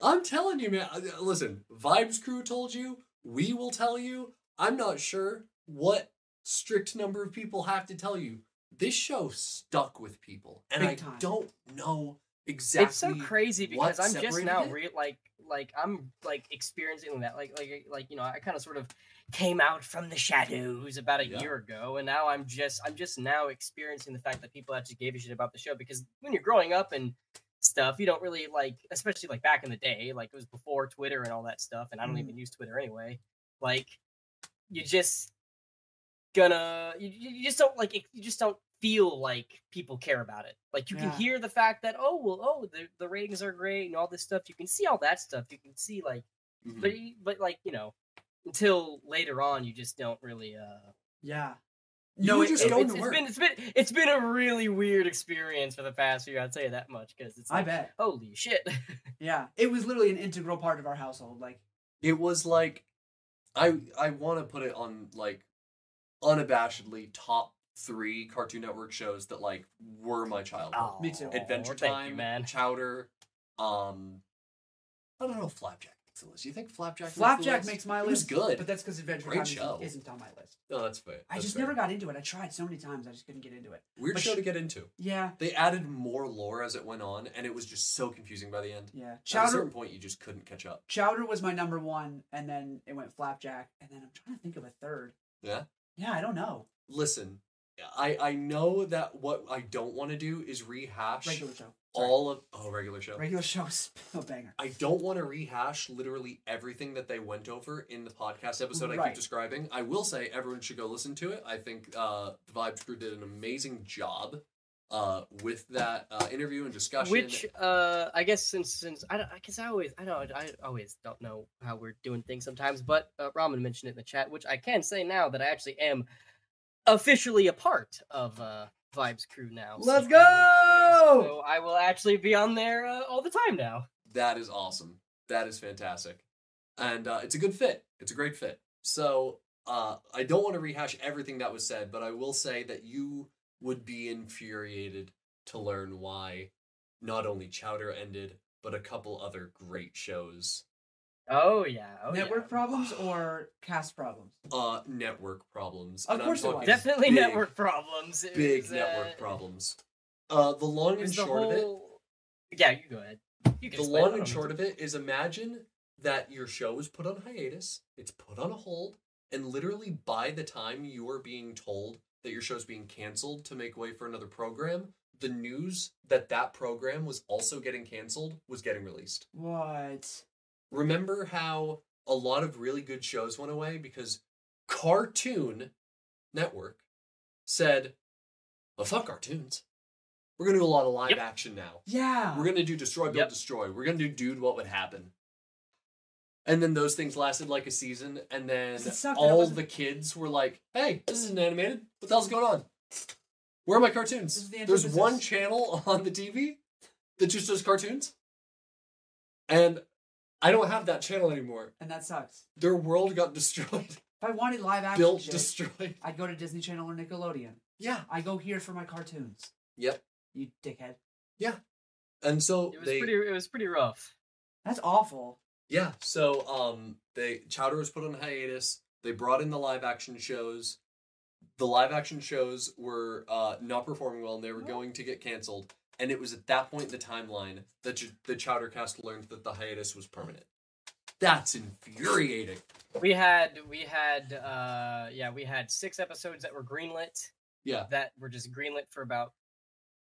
S1: I'm telling you, man. uh, Listen, Vibes Crew told you. We will tell you. I'm not sure what strict number of people have to tell you. This show stuck with people, and
S3: Big
S1: I
S3: time.
S1: don't know exactly.
S2: it's so crazy
S1: what
S2: because I'm just
S1: separated
S2: now
S1: it.
S2: re- like like I'm like experiencing that like like like you know I kind of sort of came out from the shadows about a
S1: Yeah.
S2: year ago and now I'm just I'm just now experiencing the fact that people actually gave a shit about the show because when you're growing up and stuff you don't really like especially like back in the day like it was before Twitter and all that stuff and I don't
S1: Mm-hmm.
S3: Mhm.
S2: even use Twitter anyway like you just gonna you, you you just don't like it- you just don't feel like people care about it like you can
S3: Yeah.
S2: hear the fact that oh well oh the, the ratings are great and all this stuff you can see all that stuff you can see like
S1: Mhm.
S2: but
S3: Mm-hmm.
S2: you- but like you know until later on you just don't really uh
S3: Yeah.
S1: You
S3: No,
S1: were
S3: it-
S1: just
S3: it-
S1: going
S2: it's,
S1: to
S2: it's
S1: work.
S2: been it's been it's been a really weird experience for the past year i'll tell you that much because it's
S3: I
S2: like,
S3: bet.
S2: holy shit
S3: Yeah, it was literally an integral part of our household. Like,
S1: it was like i i want to put it on like unabashedly top three cartoon network shows that like were my childhood
S3: Oh, me too.
S2: Aw,
S1: adventure
S2: thank
S1: time
S2: you, man
S1: chowder um i don't know if flapjack makes the list you think flapjack makes the
S3: Flapjack
S1: list?
S3: makes my
S1: It was
S3: list.
S1: good
S3: but that's because Adventure
S1: Great
S3: Time
S1: show.
S3: isn't, isn't on my list.
S1: no that's fair
S3: I
S1: that's
S3: just
S1: fair.
S3: never got into it. I tried so many times, I just couldn't get into it.
S1: weird
S3: but
S1: show
S3: sh-
S1: to get into
S3: Yeah,
S1: they added more lore as it went on and it was just so confusing by the end
S3: yeah.
S1: at a
S3: Chowder
S1: certain point you just couldn't catch up
S3: Chowder was my number one, and then it went Flapjack, and then I'm trying to think of a third.
S1: yeah
S3: Yeah, I don't know.
S1: listen i i know that what i don't want to do is rehash
S3: Regular show. Sorry.
S1: all of oh regular show
S3: regular show is a banger.
S1: I don't want to rehash literally everything that they went over in the podcast episode I
S3: Right.
S1: keep describing. I will say everyone should go listen to it. I think uh, the Vibes Crew did an amazing job uh, with that uh, interview and discussion.
S2: Which uh, I guess since since I don't because I always I don't I always don't know how we're doing things sometimes. But uh, Ramen mentioned it in the chat, which I can say now that I actually am officially a part of uh, Vibes Crew now. so
S3: Let's
S2: I will always-
S3: go!
S2: So I will actually be on there uh, all the time now.
S1: That is awesome. That is fantastic. And uh, it's a good fit. It's a great fit. So uh, I don't want to rehash everything that was said, but I will say that you would be infuriated to learn why not only Chowder ended, but a couple other great shows.
S2: Oh yeah, oh,
S3: Network
S2: yeah.
S3: problems or cast problems?
S1: Uh, network problems.
S3: Of
S1: And I'm
S3: course it
S1: talking
S3: was.
S2: definitely
S1: big,
S2: network problems. It
S1: Big
S2: was, uh,
S1: network problems. Uh, the long
S2: it
S1: and
S2: was the
S1: short of it.
S2: whole- Yeah, you go ahead. You can
S1: the
S2: explain
S1: long and
S2: that on
S1: short of it is imagine that your show is put on hiatus, it's put on a hold, and literally by the time you are being told that your show's being canceled to make way for another program, the news that that program was also getting canceled was getting released.
S3: What?
S1: Remember how a lot of really good shows went away because Cartoon Network said, "Well, fuck cartoons. We're gonna do a lot of live
S2: Yep.
S1: action now."
S3: Yeah.
S1: We're gonna do destroy, build,
S2: Yep.
S1: destroy. We're gonna do dude, what would happen? And then those things lasted like a season, and then
S3: Does it suck that it
S1: all
S3: wasn't-
S1: the kids were like, "Hey, this isn't animated. What the hell's going on? Where are my
S3: This
S1: cartoons?
S3: is the
S1: There's
S3: antithesis.
S1: one channel on the TV that just does cartoons, and I don't have that channel anymore.
S3: and that sucks.
S1: Their world got destroyed,
S3: If I wanted live action
S1: built,
S3: shit,
S1: destroyed.
S3: I'd go to Disney Channel or Nickelodeon.
S1: Yeah,
S3: I go here for my cartoons.
S1: yep,
S3: You dickhead.
S1: yeah. And so
S2: It was
S1: they,
S2: pretty. It was pretty rough.
S3: That's awful.
S1: Yeah, so um they Chowder was put on hiatus. They brought in the live action shows. The live action shows were uh not performing well and they were going to get canceled. And it was at that point in the timeline that ch- the Chowder cast learned that the hiatus was permanent. That's infuriating.
S2: We had we had uh yeah we had six episodes that were greenlit
S1: Yeah.
S2: that were just greenlit for about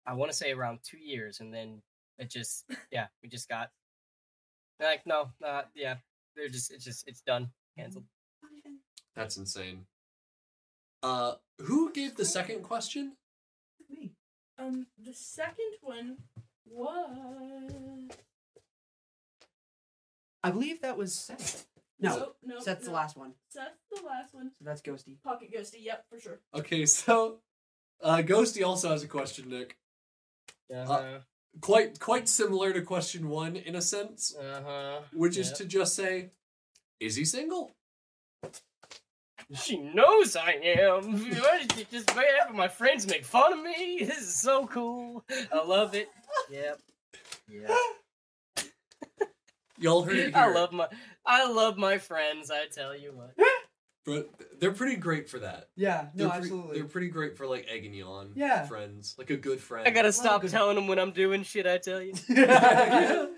S2: I want to say around two years and then it just yeah we just got like no uh, yeah they're just it's just it's done canceled
S1: That's insane. Uh who gave the second question?
S3: Me.
S4: Um, the second one was.
S3: I believe that was Seth. No,
S4: Nope, nope,
S3: Seth's the
S4: nope.
S3: last one.
S4: Seth's the last one.
S3: So that's Ghosty.
S4: Pocket Ghosty, yep, for sure.
S1: Okay, so uh Ghosty also has a question, Nick.
S2: uh
S1: Quite quite similar to question 1 in a sense.
S2: huh uh huh
S1: which is to just say, is he single?
S2: she knows I am What is it, just having my friends make fun of me this is so cool I love it yep yeah.
S1: Y'all heard it here.
S2: I love my I love my friends, I tell you what.
S1: but they're pretty great for that.
S3: Yeah,
S1: They're pre- They're pretty great for like egging you on.
S3: Yeah.
S1: Friends, like a good friend.
S2: I gotta stop
S3: good-
S2: telling them when I'm doing shit, I tell you.
S3: I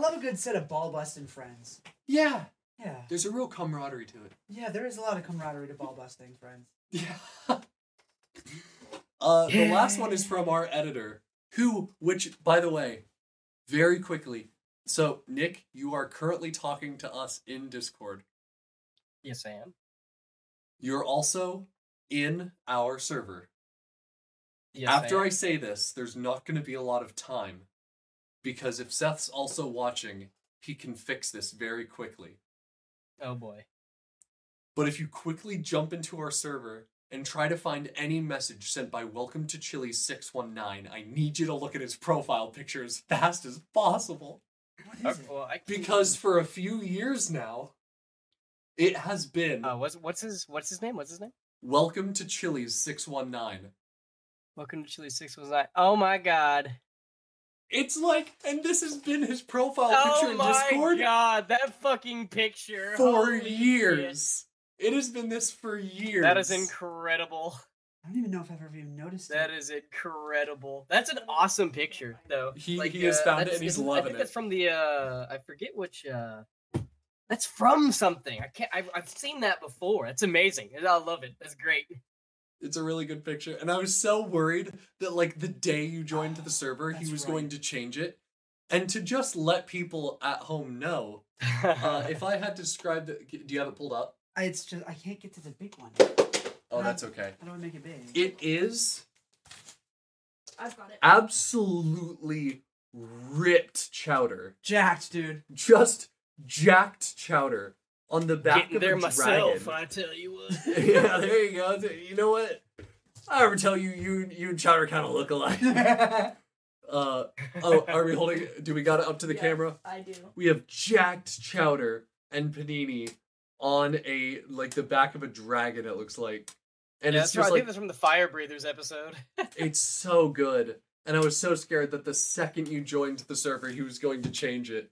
S3: love a good set of ball busting friends.
S1: Yeah.
S3: Yeah.
S1: There's a real camaraderie to it.
S3: Yeah, there is a lot of camaraderie to ball busting friends.
S1: Yeah. uh, the last one is from our editor, who, which, by the way, very quickly. So, Nick, you are currently talking to us in Discord.
S2: Yes, I am.
S1: You're also in our server.
S2: Yes,
S1: After
S2: I,
S1: I
S2: am.
S1: say this, there's not going to be a lot of time because if Seth's also watching, he can fix this very quickly.
S2: Oh boy.
S1: But if you quickly jump into our server and try to find any message sent by Welcome to Chili 619, I need you to look at his profile picture as fast as possible
S3: What is
S2: Uh,
S3: it?
S2: well, I can-
S1: because for a few years now, it has been
S2: uh, what's what's his what's his name? What's his name?
S1: Welcome to Chili's 619.
S2: Welcome to Chili Six was nine. Oh my god.
S1: It's like, and this has been his profile
S2: Oh
S1: picture in
S2: my
S1: Discord.
S2: god, that fucking picture.
S1: for
S2: Holy shit.
S1: years. It has been this for years.
S2: That is incredible.
S3: I don't even know if I've ever even noticed
S2: That
S3: it.
S2: is incredible. That's an awesome picture, though. uh,
S1: He- he has found it
S2: that's-
S1: and he's
S2: isn't- I
S1: loving
S2: think
S1: it.
S2: That's from the uh, I forget which. uh That's from something. I can't. I've, I've seen that before. That's amazing. I love it. That's great.
S1: It's a really good picture, and I was so worried that like the day you joined the server, he
S3: That's
S1: was
S3: right.
S1: going to change it, and to just let people at home know. Uh, if I had to describe, the, do you have it pulled up?
S3: I- It's just I can't get to the big one.
S1: Oh, that's okay.
S3: How do I make it big?
S1: It is
S4: I've got it.
S1: absolutely ripped chowder,
S3: Jacked, dude.
S1: just jacked chowder on the back
S2: Getting
S1: of
S2: there
S1: a
S2: myself,
S1: dragon.
S2: I tell you what.
S1: yeah, there you go. You know what? I ever tell you, you you and chowder kind of look alike. Uh, oh, are we holding? Do we got it up to the
S4: Yeah,
S1: camera?
S4: I do.
S1: we have jacked chowder and panini on a like the back of a dragon it looks like and
S2: yeah,
S1: it's
S2: that's
S1: just
S2: right. I think
S1: like
S2: that's from the Fire Breathers episode.
S1: it's so good and i was so scared that the second you joined the server he was going to change it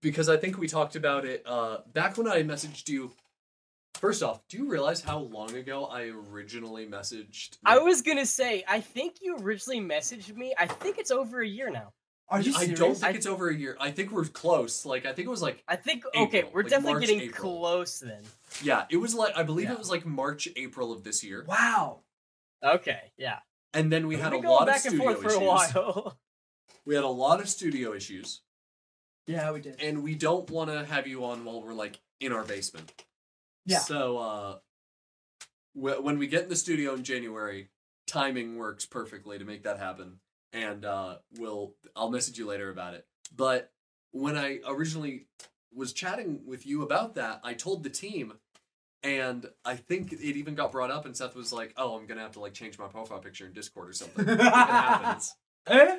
S1: because i think we talked about it uh back when i messaged you first off do you realize how long ago i originally messaged
S2: I
S1: Nick?
S2: was gonna say, I think you originally messaged me. I think it's over a year now.
S3: Are you
S1: i
S3: serious?
S1: don't
S2: I
S1: think it's over a year i think we're close like i think it was like
S2: I think okay,
S1: April,
S2: we're
S1: like
S2: definitely
S1: March,
S2: getting
S1: April.
S2: close then.
S1: yeah it was like i believe
S3: Yeah.
S1: it was like march april of this year
S3: Wow.
S2: Okay, yeah.
S1: and then we
S2: We've
S1: had a
S2: been
S1: lot of
S2: back and
S1: studio
S2: forth for
S1: issues
S2: a while.
S1: we had a lot of studio issues
S3: Yeah, we did.
S1: and we don't want to have you on while we're like in our basement
S3: Yeah.
S1: so uh wh- when we get in the studio in january timing works perfectly to make that happen and uh we'll i'll message you later about it but when i originally was chatting with you about that i told the team and i think it even got brought up and seth was like oh i'm gonna have to like change my profile picture in discord or something it happens
S3: Eh?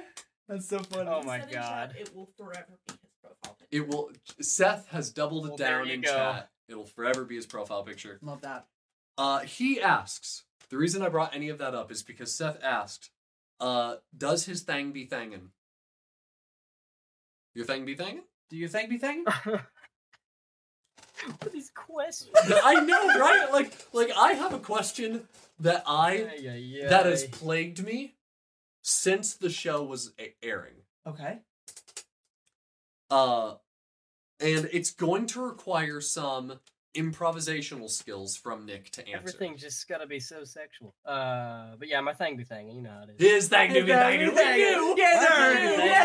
S3: That's so funny.
S2: Oh
S4: He
S2: my
S4: said in
S2: God.
S4: chat It will forever be his profile picture.
S1: It will. Seth has doubled it
S2: Well, there
S1: down
S2: you
S1: in
S2: go.
S1: chat. It'll forever be his profile picture.
S3: Love that.
S1: Uh, he asks. The reason I brought any of that up is because Seth asked, uh, "Does his thang be thangin'? Your thang be thangin'?
S3: Do you thank me thing?
S2: What are these questions?
S1: I know, right? Like, like I have a question that I
S2: Ay-yi-yi.
S1: that has plagued me since the show was a- airing.
S3: Okay.
S1: Uh, and it's going to require some improvisational skills from Nick to answer.
S2: Everything's just gotta be so sexual. Uh, but yeah, my thing be thing, you know how it is.
S1: His thing to be thing to you.
S3: Yes,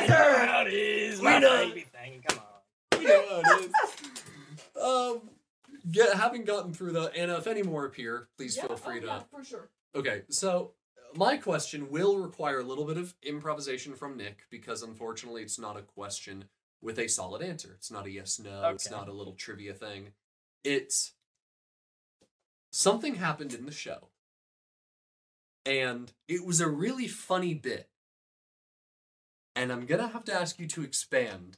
S3: sir.
S2: My thing be thing,
S3: Yes,
S2: you know
S3: sir.
S2: how it is.
S1: We
S2: My
S1: done.
S2: thing be thing, come on.
S1: You know how it is. Um, yeah, having gotten through that, Anna, if any more appear, please
S4: Yeah,
S1: feel free
S4: oh,
S1: to.
S4: yeah, for sure.
S1: Okay, so uh, my question will require a little bit of improvisation from Nick because unfortunately it's not a question with a solid answer. It's not a yes no, it's
S2: Okay.
S1: not a little trivia thing. It's something happened in the show. And it was a really funny bit. And I'm going to have to ask you to expand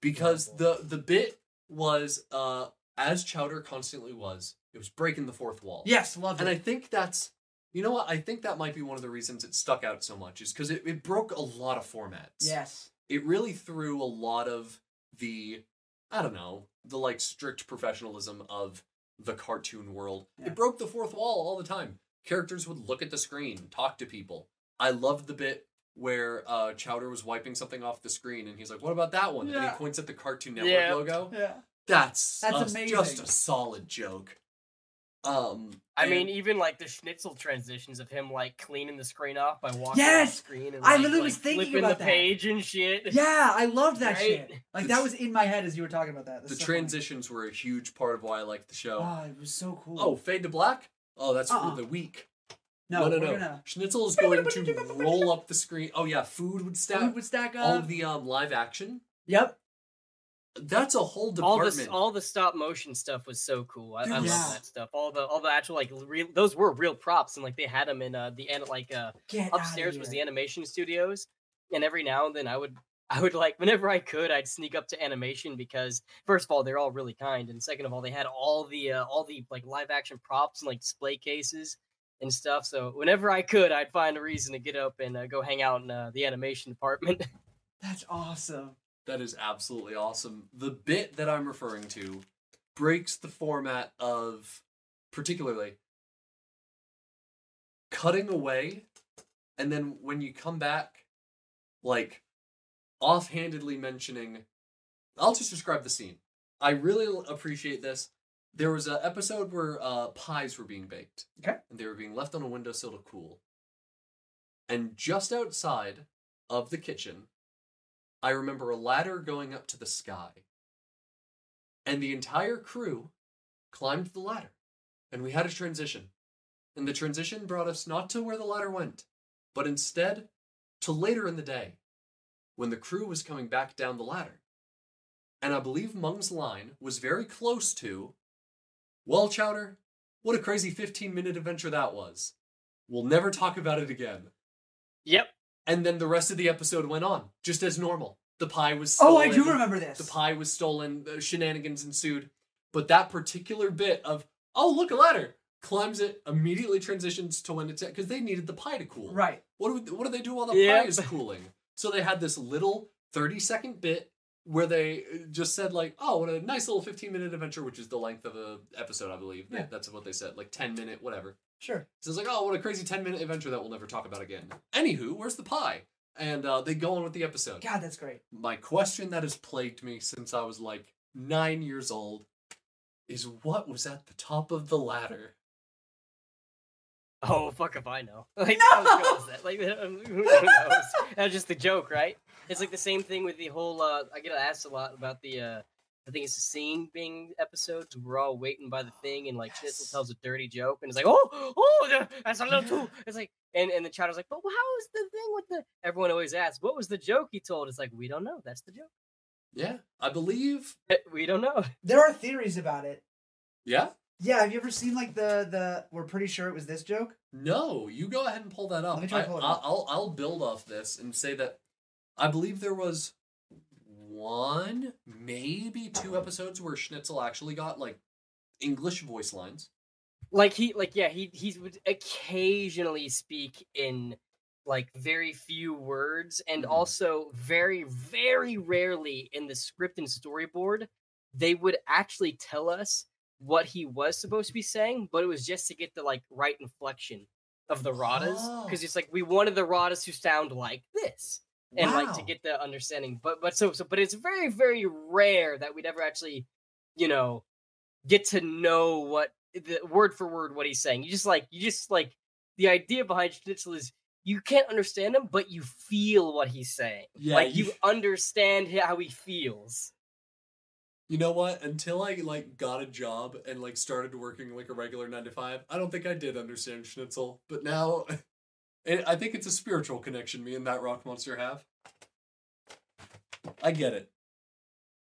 S1: because the the bit was uh as Chowder constantly was, it was breaking the fourth wall.
S3: Yes, love
S1: And I
S3: it.
S1: think that's, you know what? I think that might be one of the reasons it stuck out so much is because it, it broke a lot of formats.
S3: Yes.
S1: It really threw a lot of the, I don't know, the like strict professionalism of the cartoon world.
S3: Yeah.
S1: It broke the fourth wall all the time. Characters would look at the screen, talk to people. I loved the bit where uh, Chowder was wiping something off the screen and he's like, what about that one? And
S3: Yeah.
S1: he points at the Cartoon Network
S2: Yeah.
S1: logo.
S3: Yeah.
S1: That's,
S3: That's
S1: a-
S3: amazing.
S1: just a solid joke. Um,
S2: I
S1: and-
S2: mean, even like the schnitzel transitions of him like cleaning the screen off by walking off
S3: Yes!
S2: the screen and
S3: I
S2: like,
S3: literally was
S2: like,
S3: thinking
S2: flipping
S3: about
S2: the
S3: that.
S2: page and shit.
S3: Yeah, I loved that
S2: Right?
S3: shit. Like that was in my head as you were talking about that. That's
S1: the
S3: so funny.
S1: transitions were a huge part of why I liked the show.
S3: Oh, it was so cool.
S1: oh, fade to black? Oh, that's
S3: Uh-uh.
S1: for the week.
S3: no,
S1: no,
S3: we're
S1: no.
S3: gonna
S1: Schnitzel is going to roll up the screen. Oh yeah, food would
S3: food
S1: stack.
S3: would stack up.
S1: All of the um, live action.
S3: yep.
S1: That's a whole
S2: all
S1: department.
S2: this, all the stop motion stuff was so cool. I, I
S1: Dude,
S3: yeah.
S2: love that stuff. All the, all the actual like real, those were real props and like they had them in uh the end like uh
S3: Get outta
S2: upstairs was the
S3: here.
S2: animation studios and every now and then i would i would like whenever i could i'd sneak up to animation because first of all they're all really kind and second of all they had all the uh, all the like live action props and like display cases and stuff so whenever i could i'd find a reason to get up and uh, go hang out in uh, the animation department
S3: That's awesome.
S1: That is absolutely awesome. The bit that I'm referring to breaks the format of particularly cutting away and then when you come back like offhandedly mentioning I'll just describe the scene. I really l- appreciate this. There was an episode where uh, pies were being baked.
S3: Okay.
S1: And they were being left on a windowsill to cool. And just outside of the kitchen I remember a ladder going up to the sky. And the entire crew climbed the ladder. And we had a transition. And the transition brought us not to where the ladder went, but instead to later in the day when the crew was coming back down the ladder. And I believe Mung's line was very close to, Well, Chowder, what a crazy 15 minute adventure that was. We'll never talk about it again.
S2: Yep.
S1: And then the rest of the episode went on, just as normal. The pie was stolen.
S3: Oh, I do remember this.
S1: The pie was stolen, uh, shenanigans ensued. But that particular bit of, oh, look, a ladder, climbs it, immediately transitions to when it's at, because they needed the pie to cool.
S3: Right.
S1: What do, we, what do they do while the
S2: Yep.
S1: pie is cooling? So they had this little 30 second bit where they uh, just said, like, oh, what a nice little 15 minute adventure, which is the length of a episode, I believe.
S3: Yeah.
S1: That's what they said, like 10 minute, whatever.
S3: Sure.
S1: So it's like, oh, what a crazy 10 minute adventure that we'll never talk about again. Anywho, where's the pie? And uh, they go on with the episode.
S3: God, that's great.
S1: My question that has plagued me since I was like nine years old is what was at the top of the ladder?
S2: Oh fuck if I know. Like how cool is that? Like um, who knows? That's just the joke, right? It's like the same thing with the whole. uh I get asked a lot about the. uh I think it's the scene being episodes. We're all waiting by the thing, and like Chisel tells a dirty joke, and it's like, oh, oh, th- that's a little too. It's like, and and the chowder's like, but how is the thing with the? Everyone always asks, what was the joke he told? It's like we don't know. That's the joke.
S1: Yeah, I believe.
S2: Eh, We don't know.
S3: There are theories about it.
S1: Yeah?
S3: Yeah, have you ever seen like the the we're pretty sure it was this joke?
S1: No, you go ahead and pull that up.
S3: Let me try
S1: I,
S3: to pull it
S1: I'll-
S3: up.
S1: I'll, I'll build off this and say that I believe there was one, maybe two episodes where Schnitzel actually got like English voice lines.
S2: like he like yeah he he would occasionally speak in like very few words and
S1: Mhm.
S2: also very very rarely in the script and storyboard they would actually tell us what he was supposed to be saying but it was just to get the like right inflection of the radas because it's like we wanted the radas to sound like this and like to
S1: Wow.
S2: get the understanding. But but so so but it's very very rare that we'd ever actually, you know, get to know what the word for word what he's saying. You just like you just like the idea behind schnitzel is you can't understand him, but you feel what he's saying.
S1: Yeah,
S2: like you,
S1: you-
S2: understand h- how he feels.
S1: You know what? Until I like got a job and like started working like a regular nine to five, I don't think I did understand Schnitzel. But now, it, I think it's a spiritual connection me and that rock monster have. I get it.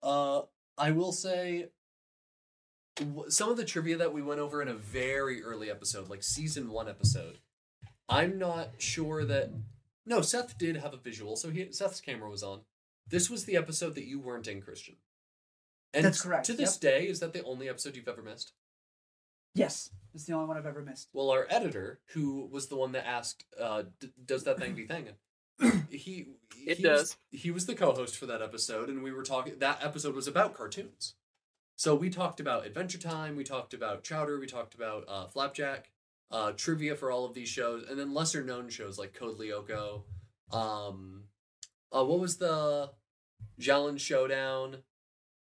S1: Uh, I will say w- some of the trivia that we went over in a very early episode, like season one episode. I'm not sure that. No, Seth did have a visual, so he, Seth's camera was on. This was the episode that you weren't in, Christian. And
S3: That's correct,
S1: To this day, is that the only episode you've ever missed?
S3: Yes. It's the only one I've ever missed.
S1: Well, our editor, who was the one that asked, uh, d- "Does that thing be thinging?" he
S2: It
S1: he
S2: does.
S1: Was, he was the co-host for that episode, and we were talking. That episode was about cartoons, so we talked about Adventure Time, we talked about Chowder, we talked about uh, Flapjack, uh, trivia for all of these shows, and then lesser-known shows like Code Lyoko. Um, uh, what was the Jalen Showdown?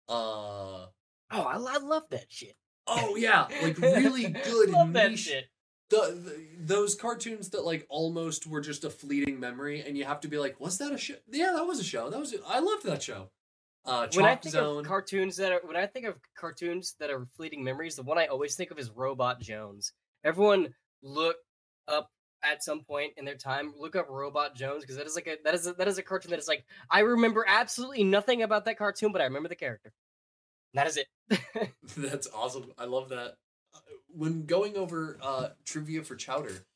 S1: Uh,
S2: Oh, I, lo- I love that shit.
S1: oh yeah, like really good
S2: love that
S1: niche
S2: shit.
S1: the, the those cartoons that like almost were just a fleeting memory, and you have to be like, was that a show? Yeah, that was a show. That was I loved that show. Uh,
S2: when I
S1: Chalk
S2: think
S1: Zone.
S2: of cartoons that are when I think of cartoons that are fleeting memories, the one I always think of is Robot Jones. Everyone look up at some point in their time, look up Robot Jones because that is like a that is a, that is a cartoon that is like I remember absolutely nothing about that cartoon, but I remember the character. And that is it.
S1: That's awesome. I love that. Uh, When going over uh, trivia for Chowder,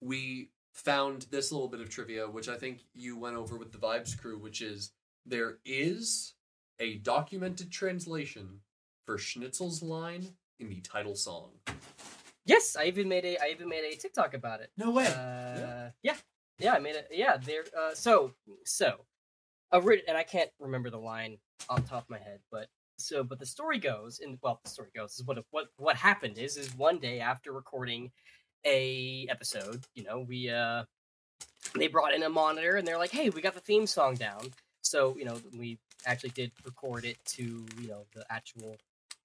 S1: we found this little bit of trivia, which I think you went over with the Vibes crew, which is there is a documented translation for Schnitzel's line in the title song.
S2: yes, I even made a I even made a TikTok about it.
S3: No way.
S2: Uh, yeah, yeah, I made it. Yeah, there. Uh, so, so, orig- and I can't remember the line off the top of my head, but so, but the story goes, and well, the story goes is what what what happened is is one day after recording a episode, you know, we uh, they brought in a monitor and they're like, hey, we got the theme song down. So you know, we actually did record it to you know the actual.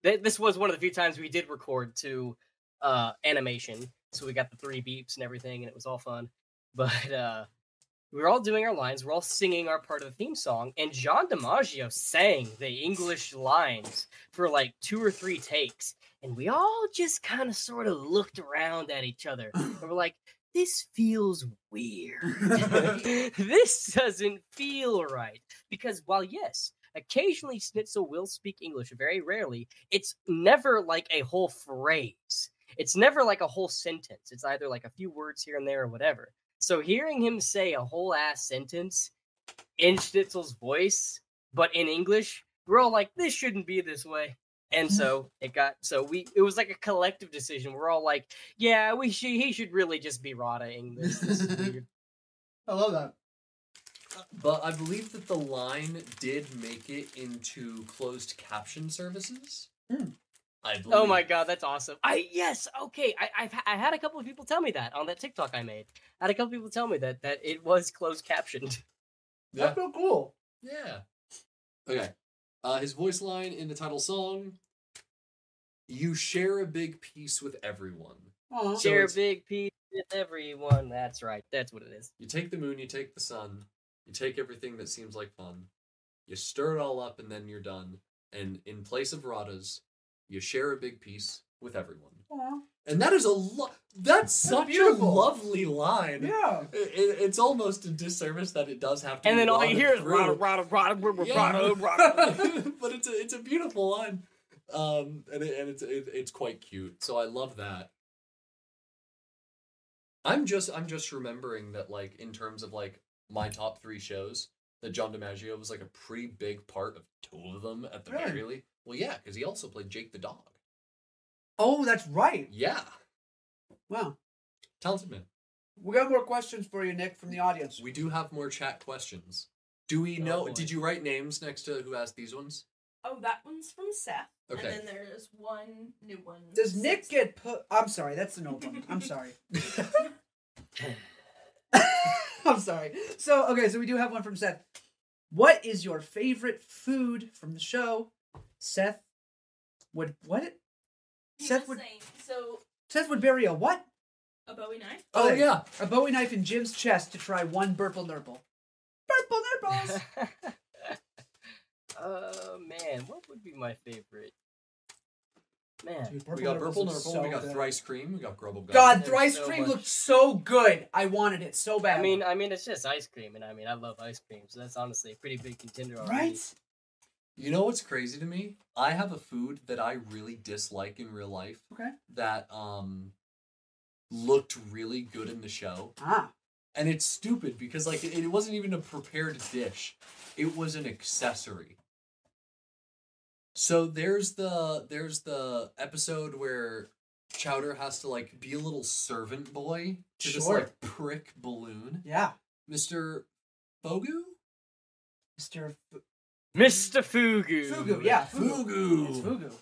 S2: th- This was one of the few times we did record to uh animation so we got the three beeps and everything and it was all fun but uh we were all doing our lines we're all singing our part of the theme song and john dimaggio sang the english lines for like two or three takes and we all just kind of sort of looked around at each other and we're like this feels
S1: Uh,
S2: weird. this doesn't feel right. Because while, yes, occasionally Schnitzel will speak English, very rarely, it's never like a whole phrase. It's never like a whole sentence. It's either like a few words here and there or whatever. So hearing him say a whole ass sentence in Schnitzel's voice, but in English, we're all like, this shouldn't be this way. And so it got so we it was like a collective decision. We're all like, yeah, we should he should really just be rotting this. this is weird."
S5: I love that.
S1: But I believe that the line did make it into closed caption services.
S3: Hmm.
S1: I believe.
S2: oh my god, that's awesome! I yes, okay. I I've, ha- I had a couple of people tell me that on that TikTok I made. I had a couple people tell me that that it was closed captioned.
S1: Yeah.
S5: That's real cool.
S1: Yeah. Okay. Uh, his voice line in the title song You share a big piece with everyone.
S3: Aw.
S1: So
S2: Share a
S1: it's-
S2: big piece with everyone. That's right. That's what it is.
S1: You take the moon, you take the sun, you take everything that seems like fun, you stir it all up, and then you're done. And in place of Radas, you share a big piece with everyone.
S3: Aw.
S1: And that is a lo- that's such
S5: beautiful.
S1: a lovely line.
S5: Yeah.
S1: I- I- it's almost a disservice that it does have to.
S2: And
S1: be
S2: then all you
S1: rotted
S2: hear is
S1: through.
S2: rada rada rada rada
S1: Yeah.
S2: rada rada.
S1: but it's a it's a beautiful line, um, and it, and it's it, it's quite cute. So I love that. I'm just I'm just remembering that like in terms of like my top three shows, that John DiMaggio was like a pretty big part of two of them at the
S5: Really?
S1: very least. Well, yeah, because he also played Jake the dog.
S5: Oh, that's right.
S1: Yeah,
S3: Wow.
S1: talented man.
S3: We got more questions for you, Nick, from the audience.
S1: We do have more chat questions. Do we
S2: Oh,
S1: know?
S2: boy.
S1: did you write names next to who asked these ones?
S4: Oh, that one's from Seth.
S1: Okay.
S4: And then there's one new one.
S3: Does Nick get put? I'm sorry, that's an old one. I'm sorry. I'm sorry. So okay, so we do have one from Seth. What is your favorite food from the show? Seth would what?
S4: He
S3: Seth
S4: was
S3: would-
S4: saying, so
S3: Seth would bury a what?
S4: a Bowie knife.
S1: Oh
S3: Okay.
S1: yeah,
S3: A Bowie knife in Jim's chest to try one burple nurple. Burple nurples.
S2: Oh man, what would be my favorite? Man,
S3: Dude, Burple
S1: we got
S3: Nurples
S1: purple
S3: look
S1: nurple,
S3: so
S1: we got
S3: good.
S1: thrice cream, we got grubble
S3: God,
S2: There's
S3: thrice
S2: so
S3: cream
S2: much.
S3: looked so good. I wanted it so bad.
S2: I mean, uh, I mean, it's just ice cream, and I mean, I love ice cream, so that's honestly a pretty big contender already.
S3: right?
S1: You know what's crazy to me? I have a food that I really dislike in real life
S3: Okay.
S1: that um looked really good in the show.
S3: Ah,
S1: And it's stupid because like it, it wasn't even a prepared dish. It was an accessory. So there's the there's the episode where Chowder has to like be a little servant boy to this
S3: Sure.
S1: like prick balloon.
S3: yeah,
S1: Mr. Fogu?
S3: Mister F-
S2: Mr. Fugu.
S3: Fugu. Yeah, Fugu.
S1: Fugu.
S3: It's Fugu.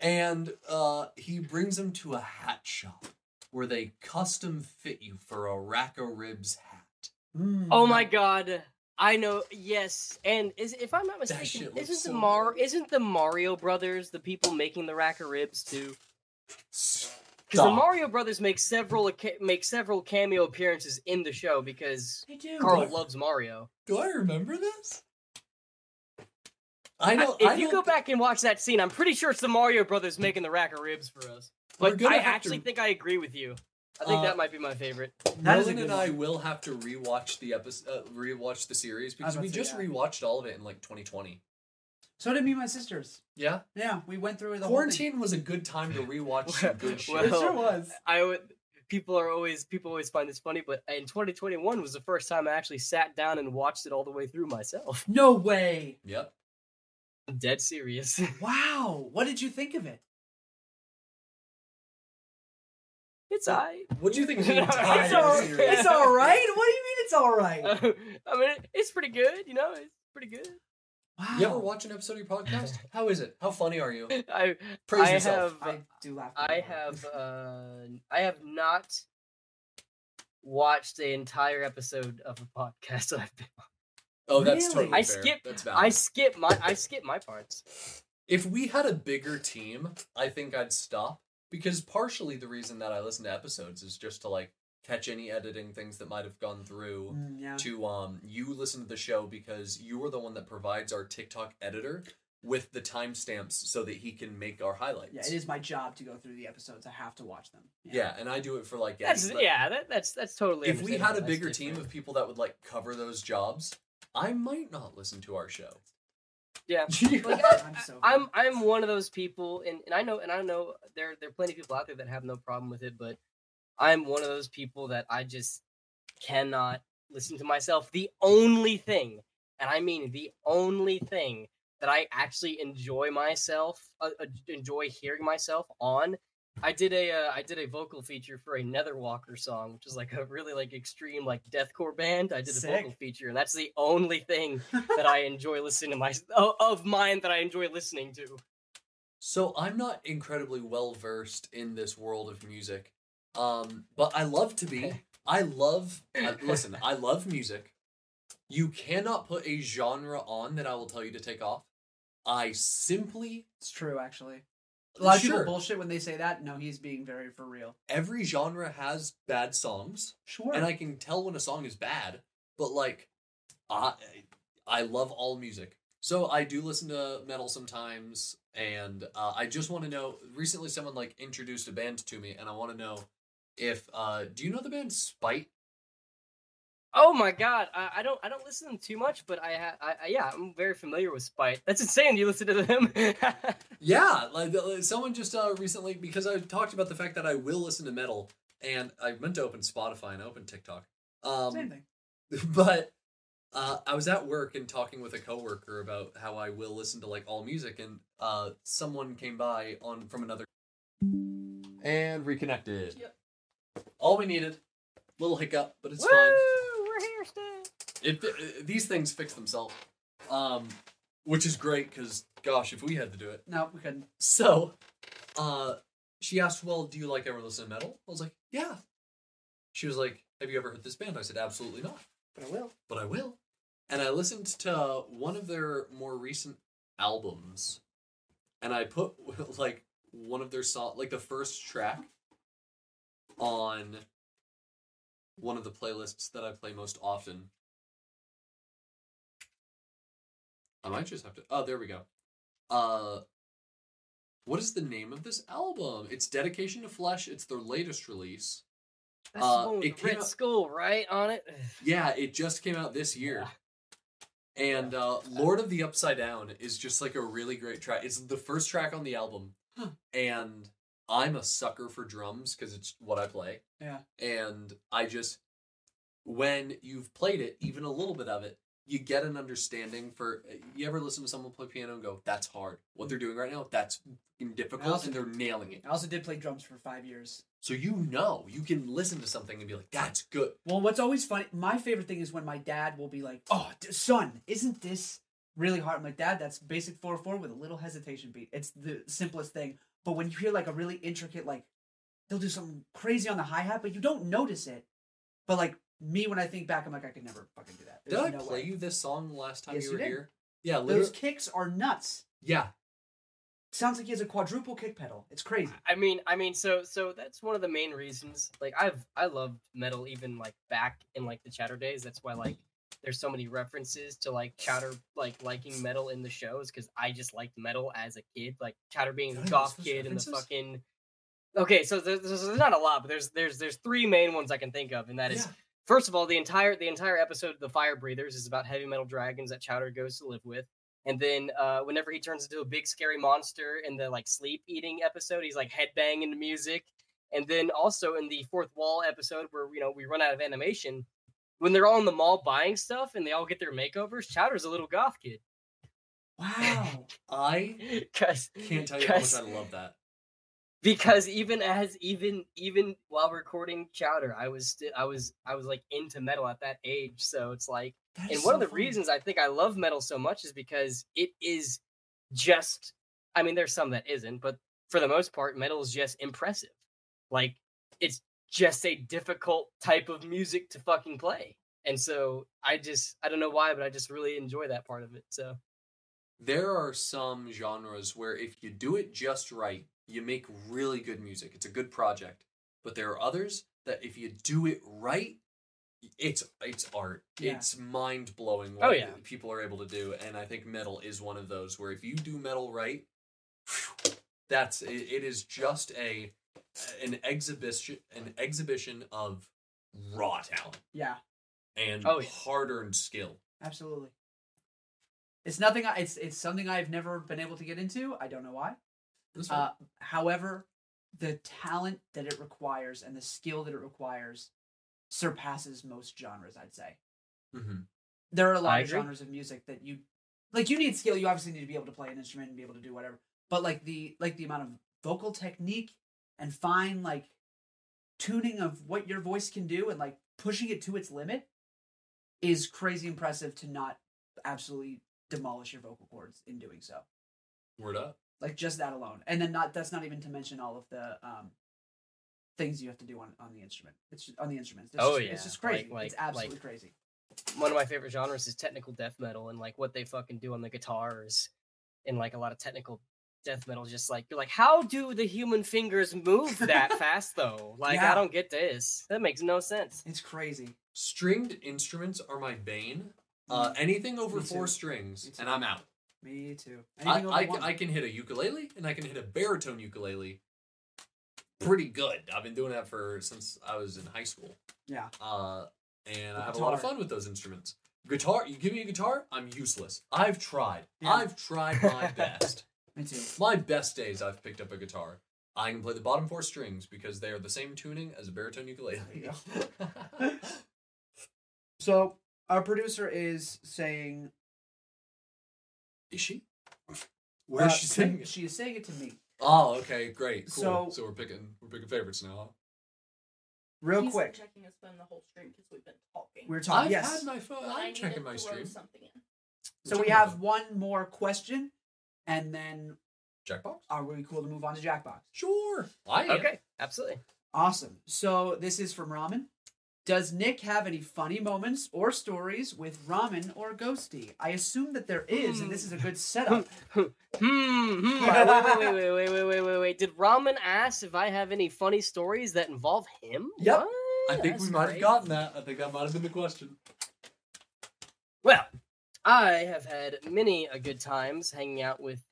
S1: and uh, he brings him to a hat shop where they custom fit you for a rack o' ribs hat.
S3: Mm.
S2: Oh my
S1: Mm-hmm.
S2: god. I know. Yes, and is if I'm not
S1: shit
S2: mistaken,
S1: looks
S2: isn't
S1: so
S2: the Mar
S1: good.
S2: isn't the Mario Brothers the people making the rack of ribs too? Because the
S1: Stop.
S2: Mario Brothers make several ca- make several cameo appearances in the show because
S4: I do.
S2: Carl
S1: Right.
S2: loves Mario.
S1: Do I remember this? I
S2: I-
S1: don't. I
S2: if you
S1: don't
S2: go
S1: thi-
S2: back and watch that scene, I'm pretty sure it's the Mario Brothers making the rack of ribs for us.
S1: We're
S2: But
S1: gonna
S2: I
S1: have to-
S2: actually think I agree with you. I think
S1: Uh,
S2: that might be my favorite.
S3: That is a
S1: Merlin
S3: good
S1: and
S3: one.
S1: I will have to rewatch the episode, uh, rewatch the series because
S3: about
S1: we
S3: to say,
S1: just
S3: yeah.
S1: rewatched all of it in like 2020.
S3: So did me and my sisters.
S1: Yeah,
S3: Yeah, we went through the
S1: quarantine was a good time to rewatch some good
S2: Well-
S1: shit.
S3: Whole thing. It sure was.
S2: I would. People are always people always find this funny, but in 2021 was the first time I actually sat down and watched it all the way through myself.
S3: No way.
S1: Yep.
S2: I'm dead serious.
S3: Wow. What did you think of it?
S2: it's I.
S1: What do you think of the
S2: It's
S1: entire
S3: it's, all,
S1: series?
S3: it's all right. What do you mean it's all right?
S2: I mean, it's pretty good. You know, it's pretty good.
S3: wow.
S1: You ever watch an episode of your podcast? How is it? How funny are you?
S2: I
S1: Praise
S2: I
S1: yourself.
S2: have
S3: I do laugh. at
S2: I
S3: it.
S2: have uh I have not watched the entire episode of a podcast that I've been.
S1: Oh, that's
S3: Really?
S1: totally
S2: I
S1: fair.
S2: skip-
S1: That's valid.
S2: I skip my I skip my parts.
S1: If we had a bigger team, I think I'd stop because partially the reason that I listen to episodes is just to like catch any editing things that might have gone through.
S3: Mm, yeah.
S1: To um, you listen to the show because you are the one that provides our TikTok editor, with the timestamps so that he can make our highlights.
S3: Yeah, it is my job to go through the episodes. I have to watch them.
S1: Yeah, and I do it for like
S2: That's
S1: Eddie, but
S2: yeah. That, that's that's totally.
S1: If we had a
S2: understandable. That's
S1: bigger team
S2: different.
S1: of people that would like cover those jobs, I might not listen to our show.
S2: yeah, Like,
S3: I'm so
S2: I'm I'm one of those people, and, and I know and I know there there are plenty of people out there that have no problem with it, but I'm one of those people that I just cannot listen to myself. The only thing, and I mean the only thing that I actually enjoy myself, uh, uh, enjoy hearing myself on. I did a uh, I did a vocal feature for a Netherwalker song, which is like a really like extreme like deathcore band. I did a vocal
S3: Sick.
S2: feature, and that's the only thing that I enjoy listening to my o- of mine that I enjoy listening to.
S1: So I'm not incredibly well versed in this world of music, um, but I love to be. I love. I, listen, I love music. You cannot put a genre on that I will tell you to take off. I simply
S3: It's true, actually. A lot of
S1: Sure.
S3: people bullshit when they say that. No, he's being very for real.
S1: every genre has bad songs,
S3: Sure.
S1: and I can tell when a song is bad. But like, I I love all music, so I do listen to metal sometimes. And uh, I just want to know. Recently, someone like introduced a band to me, and I want to know if uh, do you know the band Spite?
S2: Oh my god, I, I don't I don't listen to them too much, but I, ha- I, I yeah I'm very familiar with Spite. That's insane. You listen to them?
S1: Yeah, like uh, someone just uh, recently because I talked about the fact that I will listen to metal, and I meant to open Spotify and open TikTok. Um,
S3: Same thing.
S1: but uh, I was at work and talking with a coworker about how I will listen to like all music, and uh, someone came by on from another and reconnected.
S4: Yep.
S1: All we needed, little hiccup, but it's
S2: Woo,
S1: fine.
S2: we're here still.
S1: It, it- these things fix themselves, um, which is great because gosh, if we had to do it.
S3: No, we couldn't.
S1: So, uh, she asked, "Well, do you like ever listen to metal?" I was like, "Yeah." She was like, "Have you ever heard this band?" I said, "Absolutely not."
S3: But I will.
S1: but I will. And I listened to one of their more recent albums, and I put like one of their song, like the first track, on one of the playlists that I play most often. I might just have to. Oh, there we go. Uh, what is the name of this album? It's Dedication to Flesh. It's their latest release.
S2: That's
S1: Uh,
S2: the one
S1: it
S2: with the
S1: came
S2: Red
S1: out-
S2: Skull, right on it.
S1: Yeah, it just came out this year. And uh, Lord of the Upside Down is just like a really great track. It's the first track on the album. And I'm a sucker for drums because it's what I play.
S3: Yeah.
S1: And I just, when you've played it, even a little bit of it, you get an understanding for. You ever listen to someone play piano and go, that's hard. What they're doing right now, that's fucking difficult.
S3: Also-
S1: and they're nailing it.
S3: I also did play drums for five years.
S1: So you know, you can listen to something and be like, that's good.
S3: Well, what's always funny, my favorite thing is when my dad will be like, "Oh, d- son, isn't this really hard?" I'm like, "Dad, that's basic four oh four with a little hesitation beat. It's the simplest thing." But when you hear like a really intricate, like they'll do something crazy on the hi hat, but you don't notice it. But like me, when I think back, I'm like, I could never fucking do that.
S1: Did
S3: There's
S1: I
S3: no
S1: play
S3: way.
S1: you this song last time
S3: Yes,
S1: you
S3: you
S1: were
S3: did.
S1: here? Yeah, literally.
S3: Those kicks are nuts.
S1: Yeah,
S3: Sounds like he has a quadruple kick pedal. It's crazy.
S2: I mean, I mean, so so that's one of the main reasons. Like, I've I loved metal even like back in like the Chatter days. That's why like there's so many references to like Chatter like liking metal in the shows because I just liked metal as a kid. Like Chatter being
S1: Did I
S2: a
S1: miss
S2: goth
S1: those
S2: kid and the
S1: references?
S2: fucking. Okay, so there's, there's there's not a lot, but there's there's there's three main ones I can think of, and that is
S1: Yeah.
S2: first of all the entire the entire episode the fire breathers is about heavy metal dragons that chowder goes to live with and then uh, whenever he turns into a big scary monster in the like sleep eating episode he's like headbanging to music and then also in the fourth wall episode where you know we run out of animation when they're all in the mall buying stuff and they all get their makeovers chowder's a little goth kid
S3: Wow.
S1: I
S2: because
S1: can't tell you how much I love that.
S2: because even as even even while recording chowder i was sti- i was i was like into metal at that age so it's like
S3: That
S2: and
S3: is
S2: one
S3: so
S2: of the
S3: funny.
S2: reasons I think I love metal so much is because it is just I mean there's some that isn't, but for the most part metal is just impressive. Like it's just a difficult type of music to fucking play. And so I just I don't know why but I just really enjoy that part of it. So
S1: There are some genres where if you do it just right, you make really good music. It's a good project. But there are others that if you do it right, it's it's art.
S3: Yeah.
S1: It's mind blowing what
S2: Oh, yeah.
S1: people are able to do, and I think metal is one of those where if you do metal right, that's it, it is just a an exhibition an exhibition of raw talent
S3: Yeah,
S1: and
S2: Oh, yeah.
S1: hard earned skill.
S3: absolutely. It's nothing. I, it's it's something I've never been able to get into. I don't know why.
S1: This
S3: Uh, however, the talent that it requires and the skill that it requires surpasses most genres. I'd say
S1: one- Mhm.
S3: there are a lot
S2: I
S3: of
S2: agree.
S3: genres of music that you like. You need skill. You obviously need to be able to play an instrument and be able to do whatever. But like the like the amount of vocal technique and fine like tuning of what your voice can do and like pushing it to its limit is crazy impressive to not absolutely demolish your vocal cords in doing so
S1: word up.
S3: like just that alone and then not that's not even to mention all of the um things you have to do on, on the instrument it's just, on the instruments it's
S2: Oh,
S3: just, it's
S2: yeah.
S3: just crazy
S2: Like- like-
S3: it's absolutely
S2: like-
S3: crazy
S2: One of my favorite genres is technical death metal, and like what they fucking do on the guitars, and like a lot of technical death metal. is Just like you're like, how do the human fingers move that fast though? Like
S3: Yeah.
S2: I don't get this. That makes no sense.
S3: it's crazy
S1: Stringed instruments are my bane. Uh, anything over
S3: Me
S1: four
S3: too.
S1: strings,
S3: Me
S1: and
S3: too.
S1: I'm out.
S3: me too
S1: I,
S3: Anything over
S1: I,
S3: one.
S1: can- I can hit a ukulele and I can hit a baritone ukulele pretty good. I've been doing that for since I was in high school.
S3: yeah
S1: Uh, and
S3: The
S1: I have a lot of
S3: guitar.
S1: fun with those instruments. Guitar, you give me a guitar, I'm useless. I've tried.
S3: Yeah.
S1: I've tried my best.
S3: me too
S1: My best days I've picked up a guitar. I can play the bottom four strings because they are the same tuning as a baritone ukulele.
S3: There so our producer is saying
S1: is she? Where is
S3: uh,
S1: she singing? it?
S3: she is saying it to me
S1: Oh, okay, great, cool. So,
S3: So-
S1: we're picking we're picking favorites now. Huh?
S3: real
S4: He's
S3: quick
S4: been checking his phone the whole stream because we've been talking.
S3: we're talking
S1: I've
S3: yes
S1: had my phone.
S4: But I
S1: I'm
S4: need to
S1: checking my
S4: throw
S1: stream.
S4: Something in.
S3: so we have one more question and then
S1: Jackbox?
S3: are we cool to move on to jackbox
S1: Sure. I am.
S2: Okay, absolutely.
S3: Awesome. So this is from Ramen. Does Nick have any funny moments or stories with Ramen or Ghosty? I assume that there is, and this is a good setup.
S2: Hmm. hmm. Wait, wait, wait, wait, wait, wait, wait, wait. Did Ramen ask if I have any funny stories that involve him?
S3: Yep.
S2: What?
S1: I think we
S2: That's
S1: might have
S2: crazy.
S1: gotten that. I think that might have been the question.
S2: Well, I have had many a good times hanging out with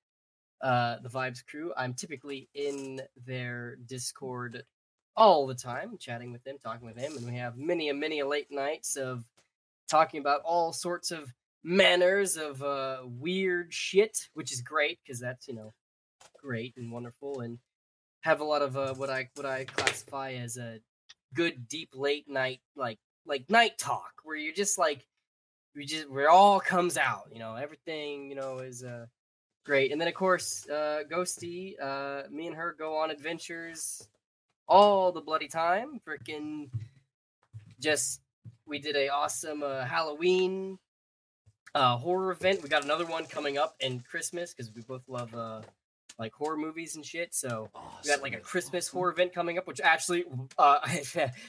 S2: uh, the Vibes crew. I'm typically in their Discord all the time, chatting with them, talking with them, and we have many and many a late nights of talking about all sorts of manners of uh, weird shit, which is great because that's you know great and wonderful, and have a lot of uh, what I what I classify as a good deep late night like like night talk where you're just like we just where it all comes out you know everything you know is uh great and then of course uh ghosty uh me and her go on adventures all the bloody time freaking just we did a awesome uh, halloween uh horror event we got another one coming up in christmas because we both love uh like horror movies and shit so we got like a
S1: Awesome.
S2: Christmas horror event coming up, which actually uh,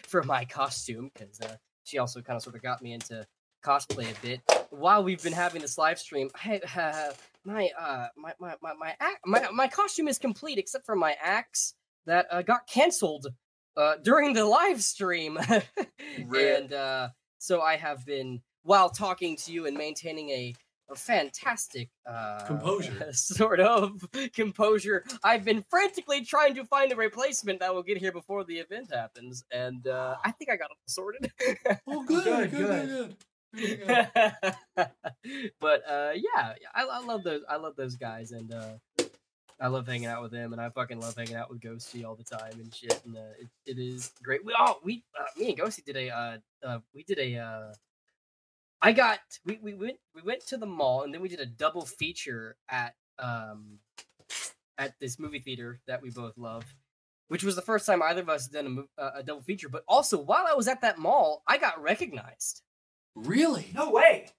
S2: for my costume because uh, she also kind of sort of got me into cosplay a bit. While we've been having this live stream, I, uh, my, uh, my my my my ac- my my costume is complete except for my axe that uh, got canceled uh, during the live stream,
S1: Rip.
S2: and uh, so I have been while talking to you and maintaining a. A fantastic uh,
S1: Composure.
S2: sort of composure. I've been frantically trying to find a replacement that will get here before the event happens, and uh, I think I got it sorted.
S1: Oh, good, good,
S3: Good,
S1: good, good. Yeah.
S2: but uh, yeah, I, I love those. I love those guys, and uh, I love hanging out with them, and I fucking love hanging out with Ghosty all the time and shit. And uh, it, it is great. We all we uh, me and Ghosty did a uh, uh, we did a. Uh, I got we, we went we went to the mall and then we did a double feature at um at this movie theater that we both love, which was the first time either of us had done a, mov- uh, a double feature. But also while I was at that mall, I got recognized
S1: Really?
S3: no way.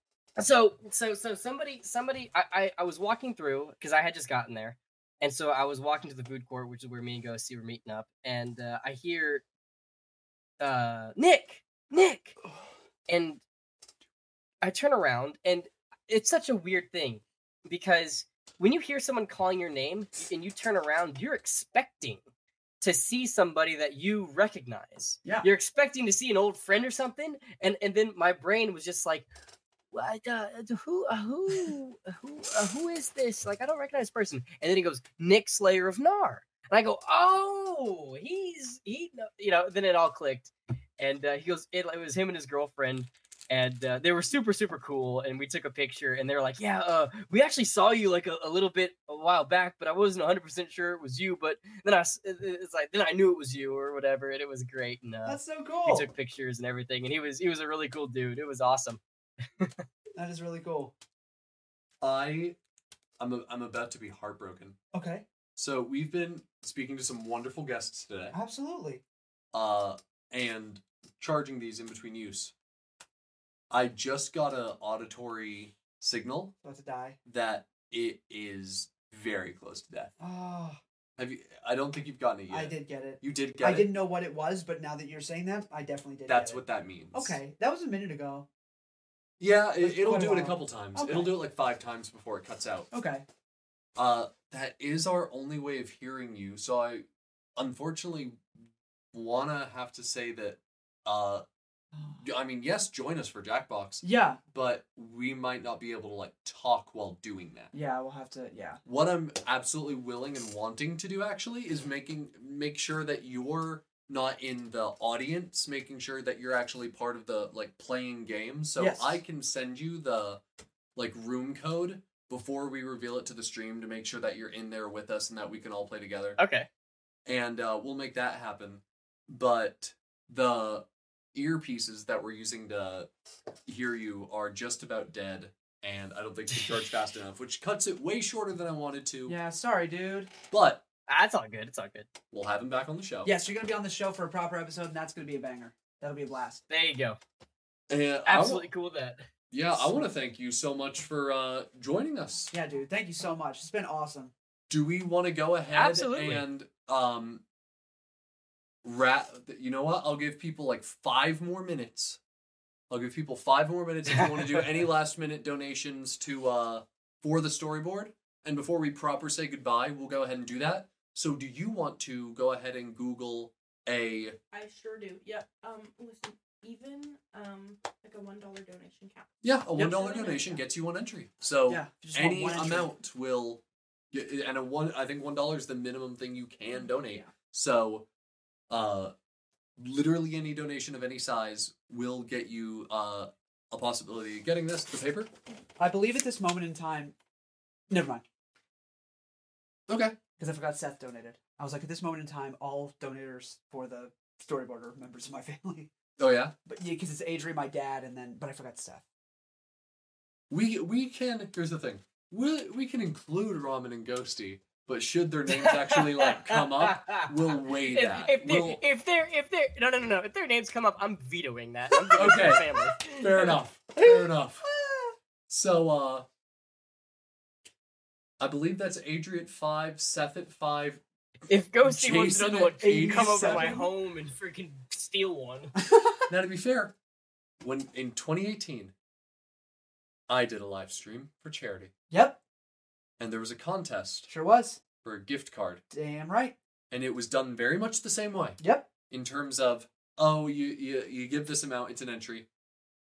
S2: so so so somebody somebody I I, I was walking through because I had just gotten there, and so I was walking to the food court, which is where me and Ghosty were meeting up, and uh, I hear uh Nick Nick, and I turn around, and it's such a weird thing because when you hear someone calling your name and you turn around, you're expecting to see somebody that you recognize.
S3: Yeah.
S2: You're expecting to see an old friend or something, and and then my brain was just like, what, uh, uh, who, uh, who, who, uh, who is this? Like, I don't recognize this person. And then he goes, Nick Slayer of Nar, and I go, oh, he's he, kno-" you know. Then it all clicked, and uh, he goes, it, it was him and his girlfriend. And uh, they were super, super cool. And we took a picture, and they were like, "Yeah, uh, we actually saw you like a, a little bit a while back, but I wasn't 100 percent sure it was you. But then I, s- it- it's like, then I knew it was you or whatever, and it was great. And uh,
S3: That's so
S2: we
S3: cool.
S1: Oh.
S2: took pictures and everything. And he was, he was a really cool dude. It was awesome.
S3: That is really cool.
S1: I, I'm, a, I'm about to be heartbroken.
S3: Okay,
S1: So we've been speaking to some wonderful guests today,
S3: absolutely.
S1: uh, and charging these in between use. I just got a auditory signal
S3: About to die.
S1: that it is very close to death.
S3: Oh,
S1: Have you? I don't think you've gotten it yet.
S3: I did get it.
S1: You did get
S3: I
S1: it.
S3: didn't know what it was, but now that you're saying that, I definitely did.
S1: That's
S3: get
S1: what
S3: it.
S1: that means.
S3: Okay, that was a minute ago.
S1: Yeah,
S3: That's
S1: it, it'll
S3: quite a
S1: do it a
S3: while.
S1: couple times.
S3: Okay.
S1: It'll do it like five times before it cuts out.
S3: Okay.
S1: Uh, that is our only way of hearing you. So I, unfortunately, wanna have to say that. Uh, I mean, yes, join us for Jackbox,
S3: Yeah.
S1: but we might not be able to like talk while doing that.
S3: Yeah, we'll have to. Yeah.
S1: What I'm absolutely willing and wanting to do actually is making make sure that you're not in the audience, making sure that you're actually part of the like playing game. So
S3: Yes.
S1: I can send you the like room code before we reveal it to the stream to make sure that you're in there with us and that we can all play together.
S2: Okay.
S1: And uh, we'll make that happen. But the earpieces that we're using to hear you are just about dead. And I don't think we charge fast enough, which cuts it way shorter than I wanted to.
S3: Yeah. Sorry, dude.
S1: But
S2: Ah, it's all good. It's all good.
S1: we'll have him back on the show.
S3: Yes, you're gonna be on the show for a proper episode, and that's gonna be a banger. That'll be a blast.
S2: There you go.
S1: And I wa-
S2: Absolutely cool with that.
S1: yeah, I want to thank you so much for uh, joining us.
S3: Yeah, dude. Thank you so much. It's been awesome.
S1: Do we want to go ahead
S2: Absolutely.
S1: and um, wrap? You know what? I'll give people like five more minutes. I'll give people five more minutes if you want to do any last minute donations to uh, for the storyboard. And before we proper say goodbye, we'll go ahead and do that. So, do you want to go ahead and Google a?
S4: I sure do. Yep. Um, listen, even um, like a one dollar donation count.
S1: Yeah, a
S3: Yep.
S1: one dollar donation gets you one entry. So
S3: Yeah. if you just want
S1: any
S3: one entry.
S1: amount will y- and a one i think one dollar is the minimum thing you can donate
S4: Yeah.
S1: so uh literally any donation of any size will get you uh a possibility of getting this the paper
S3: I believe at this moment in time. Never mind.
S1: okay
S3: because I forgot Seth donated. I was like, at this moment in time, all donators for the storyboard are members of my family.
S1: oh yeah
S3: But yeah, because it's Adrian, my dad, and then but I forgot Seth.
S1: we we can here's the thing we we can include ramen and ghosty but should their names actually like come up we'll weigh
S2: If,
S1: that
S2: if, they're,
S1: We'll-
S2: if they're if they're no no no no if their names come up, I'm vetoing that. I'm vetoing
S1: Okay.
S2: the family.
S1: fair enough fair enough so uh i believe that's adrian at five seth at five
S2: If Ghosty wants
S1: Jason
S2: another
S1: at
S2: one, he can come over to my
S1: 87?
S2: home and freaking steal one.
S1: Now, to be fair, when in 2018, I did a live stream for charity,
S3: Yep,
S1: and there was a contest
S3: sure was.
S1: for a gift card,
S3: Damn right.
S1: and it was done very much the same way
S3: Yep.
S1: in terms of oh, you you, you give this amount, it's an entry.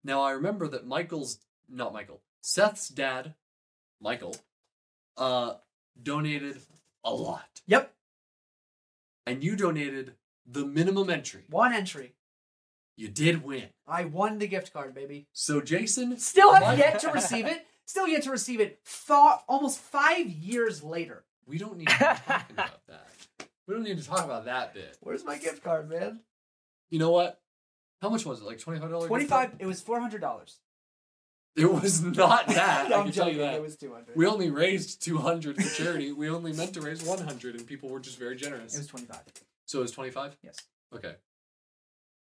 S1: Now I remember that Michael's not Michael, Seth's dad, Michael, uh, donated a lot,
S3: Yep.
S1: and you donated the minimum entry.
S3: One entry.
S1: You did win.
S3: I won the gift card, baby.
S1: So Jason
S3: Still have
S1: Mike-
S3: yet to receive it. Still yet to receive it. Thought almost five years later.
S1: We don't need to be talking about that. We don't need to talk about that bit.
S3: Where's my gift card, man?
S1: You know what? How much was it? Like twenty five dollars.
S3: Twenty five. It was four hundred dollars.
S1: It was not that. I can tell you that.
S3: It was two hundred.
S1: we only raised two hundred for charity. we only meant to raise one hundred, and people were just very generous.
S3: It was twenty five.
S1: so it was twenty five.
S3: Yes.
S1: Okay,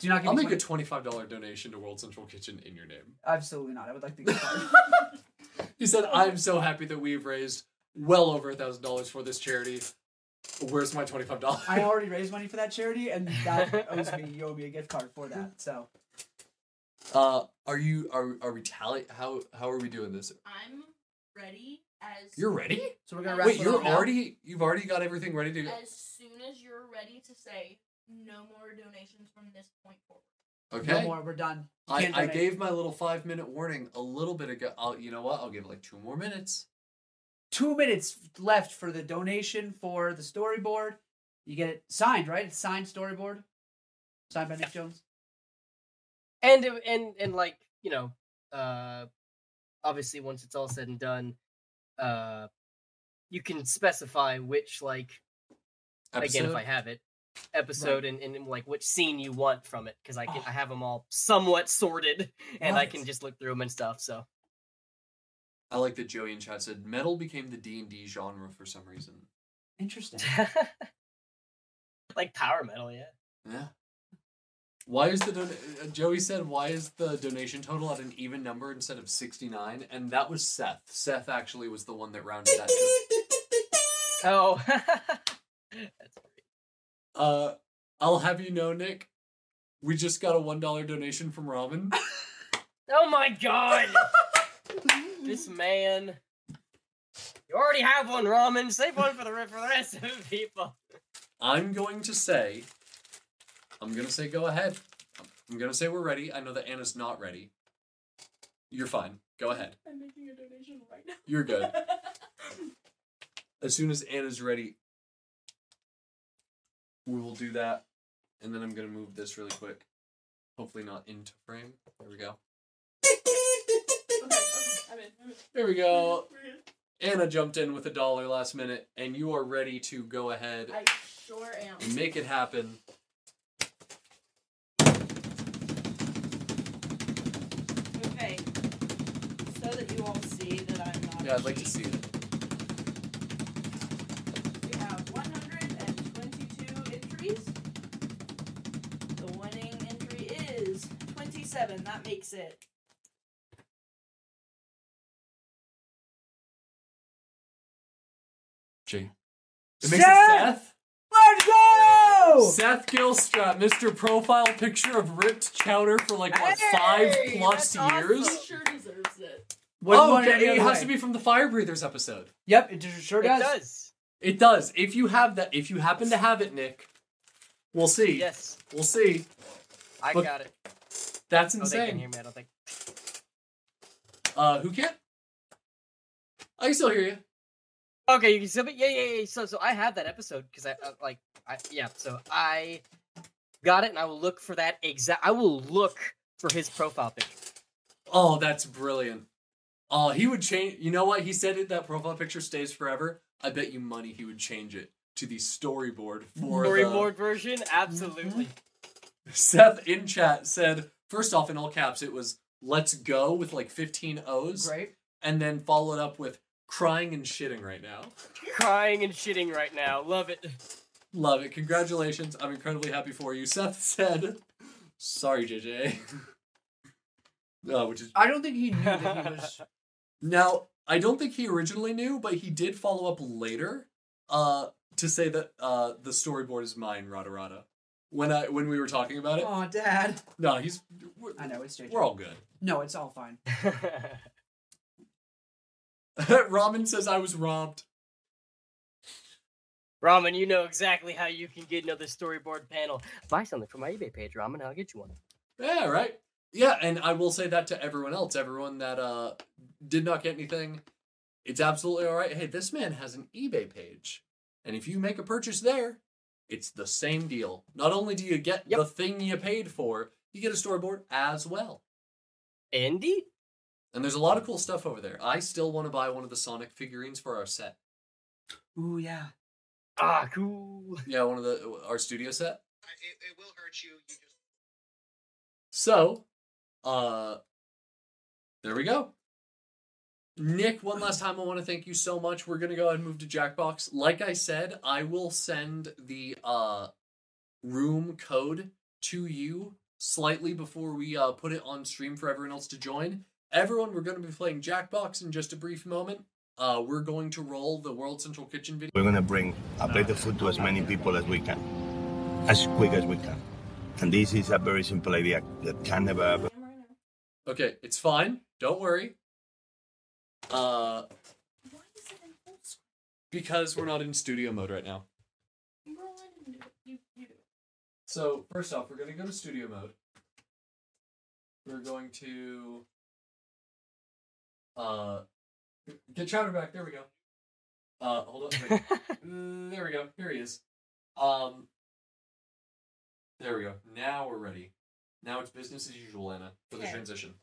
S3: Do not give
S1: I'll
S3: me
S1: make a
S3: 20
S1: twenty five dollar donation to World Central Kitchen in your name.
S3: Absolutely not. I would like the gift card.
S1: He said, "I'm so happy that we've raised well over a thousand dollars for this charity. Where's my twenty five dollars?
S3: I already raised money for that charity, and that owes me. You owe me a gift card for that. So
S1: Uh, are you are are we tally? How how are we doing this?
S4: I'm ready
S6: as
S1: You're ready?
S3: So we're gonna wrap
S1: Wait,
S3: it
S6: That's
S1: you're
S3: up now?
S1: already you've already got everything ready to go.
S6: as soon as you're ready to say no more donations from this point forward.
S1: Okay.
S3: No more. We're done. You
S1: I,
S3: can't
S1: I
S3: donate.
S1: gave my little five minute warning a little bit ago. I'll, you know what? I'll give it like two more minutes.
S3: two minutes left for the donation for the storyboard. You get it signed, right? It's signed storyboard, signed by Nick Jones.
S2: and it- and and like you know uh obviously once it's all said and done uh you can specify which like again if i have it episode and, and like which scene you want from it because i can i have them all somewhat sorted and i can
S3: Right.
S2: just look through them and stuff so
S1: I like that Joey and Chad said metal became the D and D genre for some reason.
S3: Interesting.
S2: like power metal yeah
S1: Yeah. Why is the don- uh, Joey said why is the donation total at an even number instead of sixty nine? And that was Seth. Seth actually was the one that rounded that. To-
S2: oh That's great.
S1: Uh, I'll have you know, Nick, we just got a one dollar donation from Ramen.
S2: oh my god this man you already have one ramen save one for the for the rest of the people
S1: I'm going to say, I'm gonna say, go ahead. I'm gonna say we're ready. I know that Anna's not ready. You're fine. Go ahead.
S4: I'm making a donation right now.
S1: You're good. as soon as Anna's ready, we will do that. And then I'm gonna move this really quick. Hopefully not into frame. There we go.
S4: okay, okay, I'm in. I'm in.
S1: There we go.
S4: We're good.
S1: Anna jumped in with a dollar last minute, and you are ready to go ahead
S4: I sure am.
S1: and make it happen.
S6: Okay. So that you all see that I'm not.
S1: Yeah, I'd like to see it.
S6: We have 122 entries. The winning entry is 27. That makes it.
S1: Gee. It
S3: Seth!
S1: makes it Seth.
S3: Let's go!
S1: Seth Gilstrap, Mr. Profile Picture of Ripped Chowder for like what five
S2: Hey,
S1: plus
S2: that's
S1: years.
S4: He sure deserves it.
S3: Wouldn't
S1: oh,
S3: want it
S1: okay,
S3: any
S1: it
S3: other
S1: has
S3: way.
S1: to be from the Fire Breathers episode.
S3: Yep, it just sure
S2: it
S3: does.
S2: does
S1: It does. If you have that, if you happen to have it, Nick, we'll see.
S2: Yes,
S1: We'll see.
S2: I
S1: But-
S2: got it.
S1: That's
S2: Oh, they can hear
S1: insane.
S2: me. I don't think.
S1: uh, who can't? I can still hear you.
S2: Okay, you can still. Be, yeah, yeah, yeah. So, so I have that episode because I uh, like. I yeah. So I got it, and I will look for that exact. I will look for his profile picture.
S1: Oh, that's brilliant. Oh, he would change. You know what? He said it, that profile picture stays forever. I bet you money he would change it to the storyboard for the-
S2: Storyboard version, absolutely.
S1: Seth in chat said, first off, in all caps, it was let's go with like 15 O's
S3: Great.
S1: and then followed up with crying and shitting right now.
S2: Crying and shitting right now. Love it.
S1: Love it. Congratulations. I'm incredibly happy for you. Seth said, sorry, JJ. uh, which is
S3: I don't think he knew that he was.
S1: now, I don't think he originally knew, but he did follow up later uh, to say that uh, the storyboard is mine, Rada Rada. When I when we were talking about it,
S3: oh, Dad.
S1: no, he's we're,
S3: I know it's JJ.
S1: we're all good.
S3: No, it's all fine.
S1: Ramen says I was robbed.
S2: Ramen, you know exactly how you can get another storyboard panel. Buy something from my eBay page, Ramen. I'll get you one.
S1: Yeah, right. Yeah, and I will say that to everyone else, everyone that uh did not get anything, it's absolutely all right. Hey, this man has an eBay page. And if you make a purchase there, it's the same deal. Not only do you get
S2: Yep.
S1: the thing you paid for, you get a storyboard as well.
S2: Indeed.
S1: And there's a lot of cool stuff over there. I still want to buy one of the Sonic figurines for our set.
S3: Ooh, yeah.
S2: Ah, cool.
S1: Yeah, one of the uh, our studio set.
S7: Uh, It, it will hurt you. You just
S1: So, uh, there we go. Nick, one last time, I want to thank you so much. We're gonna go ahead and move to Jackbox. Like I said, I will send the uh room code to you slightly before we uh put it on stream for everyone else to join. Everyone, we're gonna be playing Jackbox in just a brief moment. Uh, we're going to roll the World Central Kitchen video.
S8: We're going to bring a plate of food to as many people as we can, as quick as we can. And this is a very simple idea that can never happen.
S1: Okay, it's fine. Don't worry. Uh,
S4: Why is
S1: because we're not in studio mode right now.
S6: Well, I didn't do it. You, you do it.
S1: So first off, we're gonna go to studio mode. We're going to uh get Chowder back. There we go. Uh, hold on. Wait. there we go. Here he is. Um, there we go. Now we're ready. Now it's business as usual, Anna, for the
S4: Okay.
S1: transition.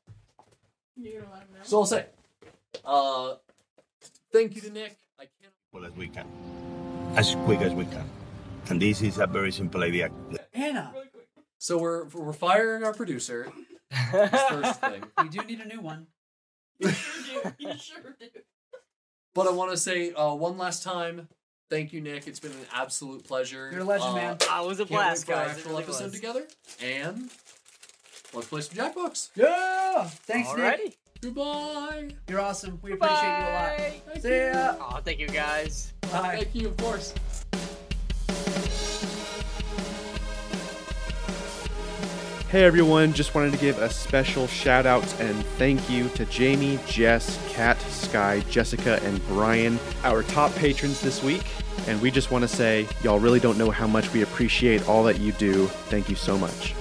S4: You're gonna let him know.
S1: So I'll say, uh, thank you to Nick. I can't.
S8: people as we can, as quick as we can. And this is a very simple idea.
S3: Anna,
S4: really quick.
S1: So we're we're firing our producer. is First thing.
S3: we do need a new one.
S4: You sure do. You sure do.
S1: But I want to say uh, one last time, thank you, Nick. It's been an absolute pleasure.
S3: You're a legend,
S1: Uh,
S3: man.
S2: Ah, it was a
S1: Can't wait
S2: blast,
S1: for our
S2: guys. It
S1: actual
S2: really
S1: episode
S2: was.
S1: together. And let's play some Jackbox.
S3: Yeah. Thanks, Nick.
S2: Alrighty.
S1: Goodbye.
S3: You're awesome. We appreciate you a lot. See ya.
S2: Oh, thank you guys.
S3: Bye.
S1: Thank you, of course.
S9: Hey everyone, just wanted to give a special shout out and thank you to Jamie, Jess, Kat, Sky, Jessica, and Brian, our top patrons this week. And we just want to say, y'all really don't know how much we appreciate all that you do. Thank you so much.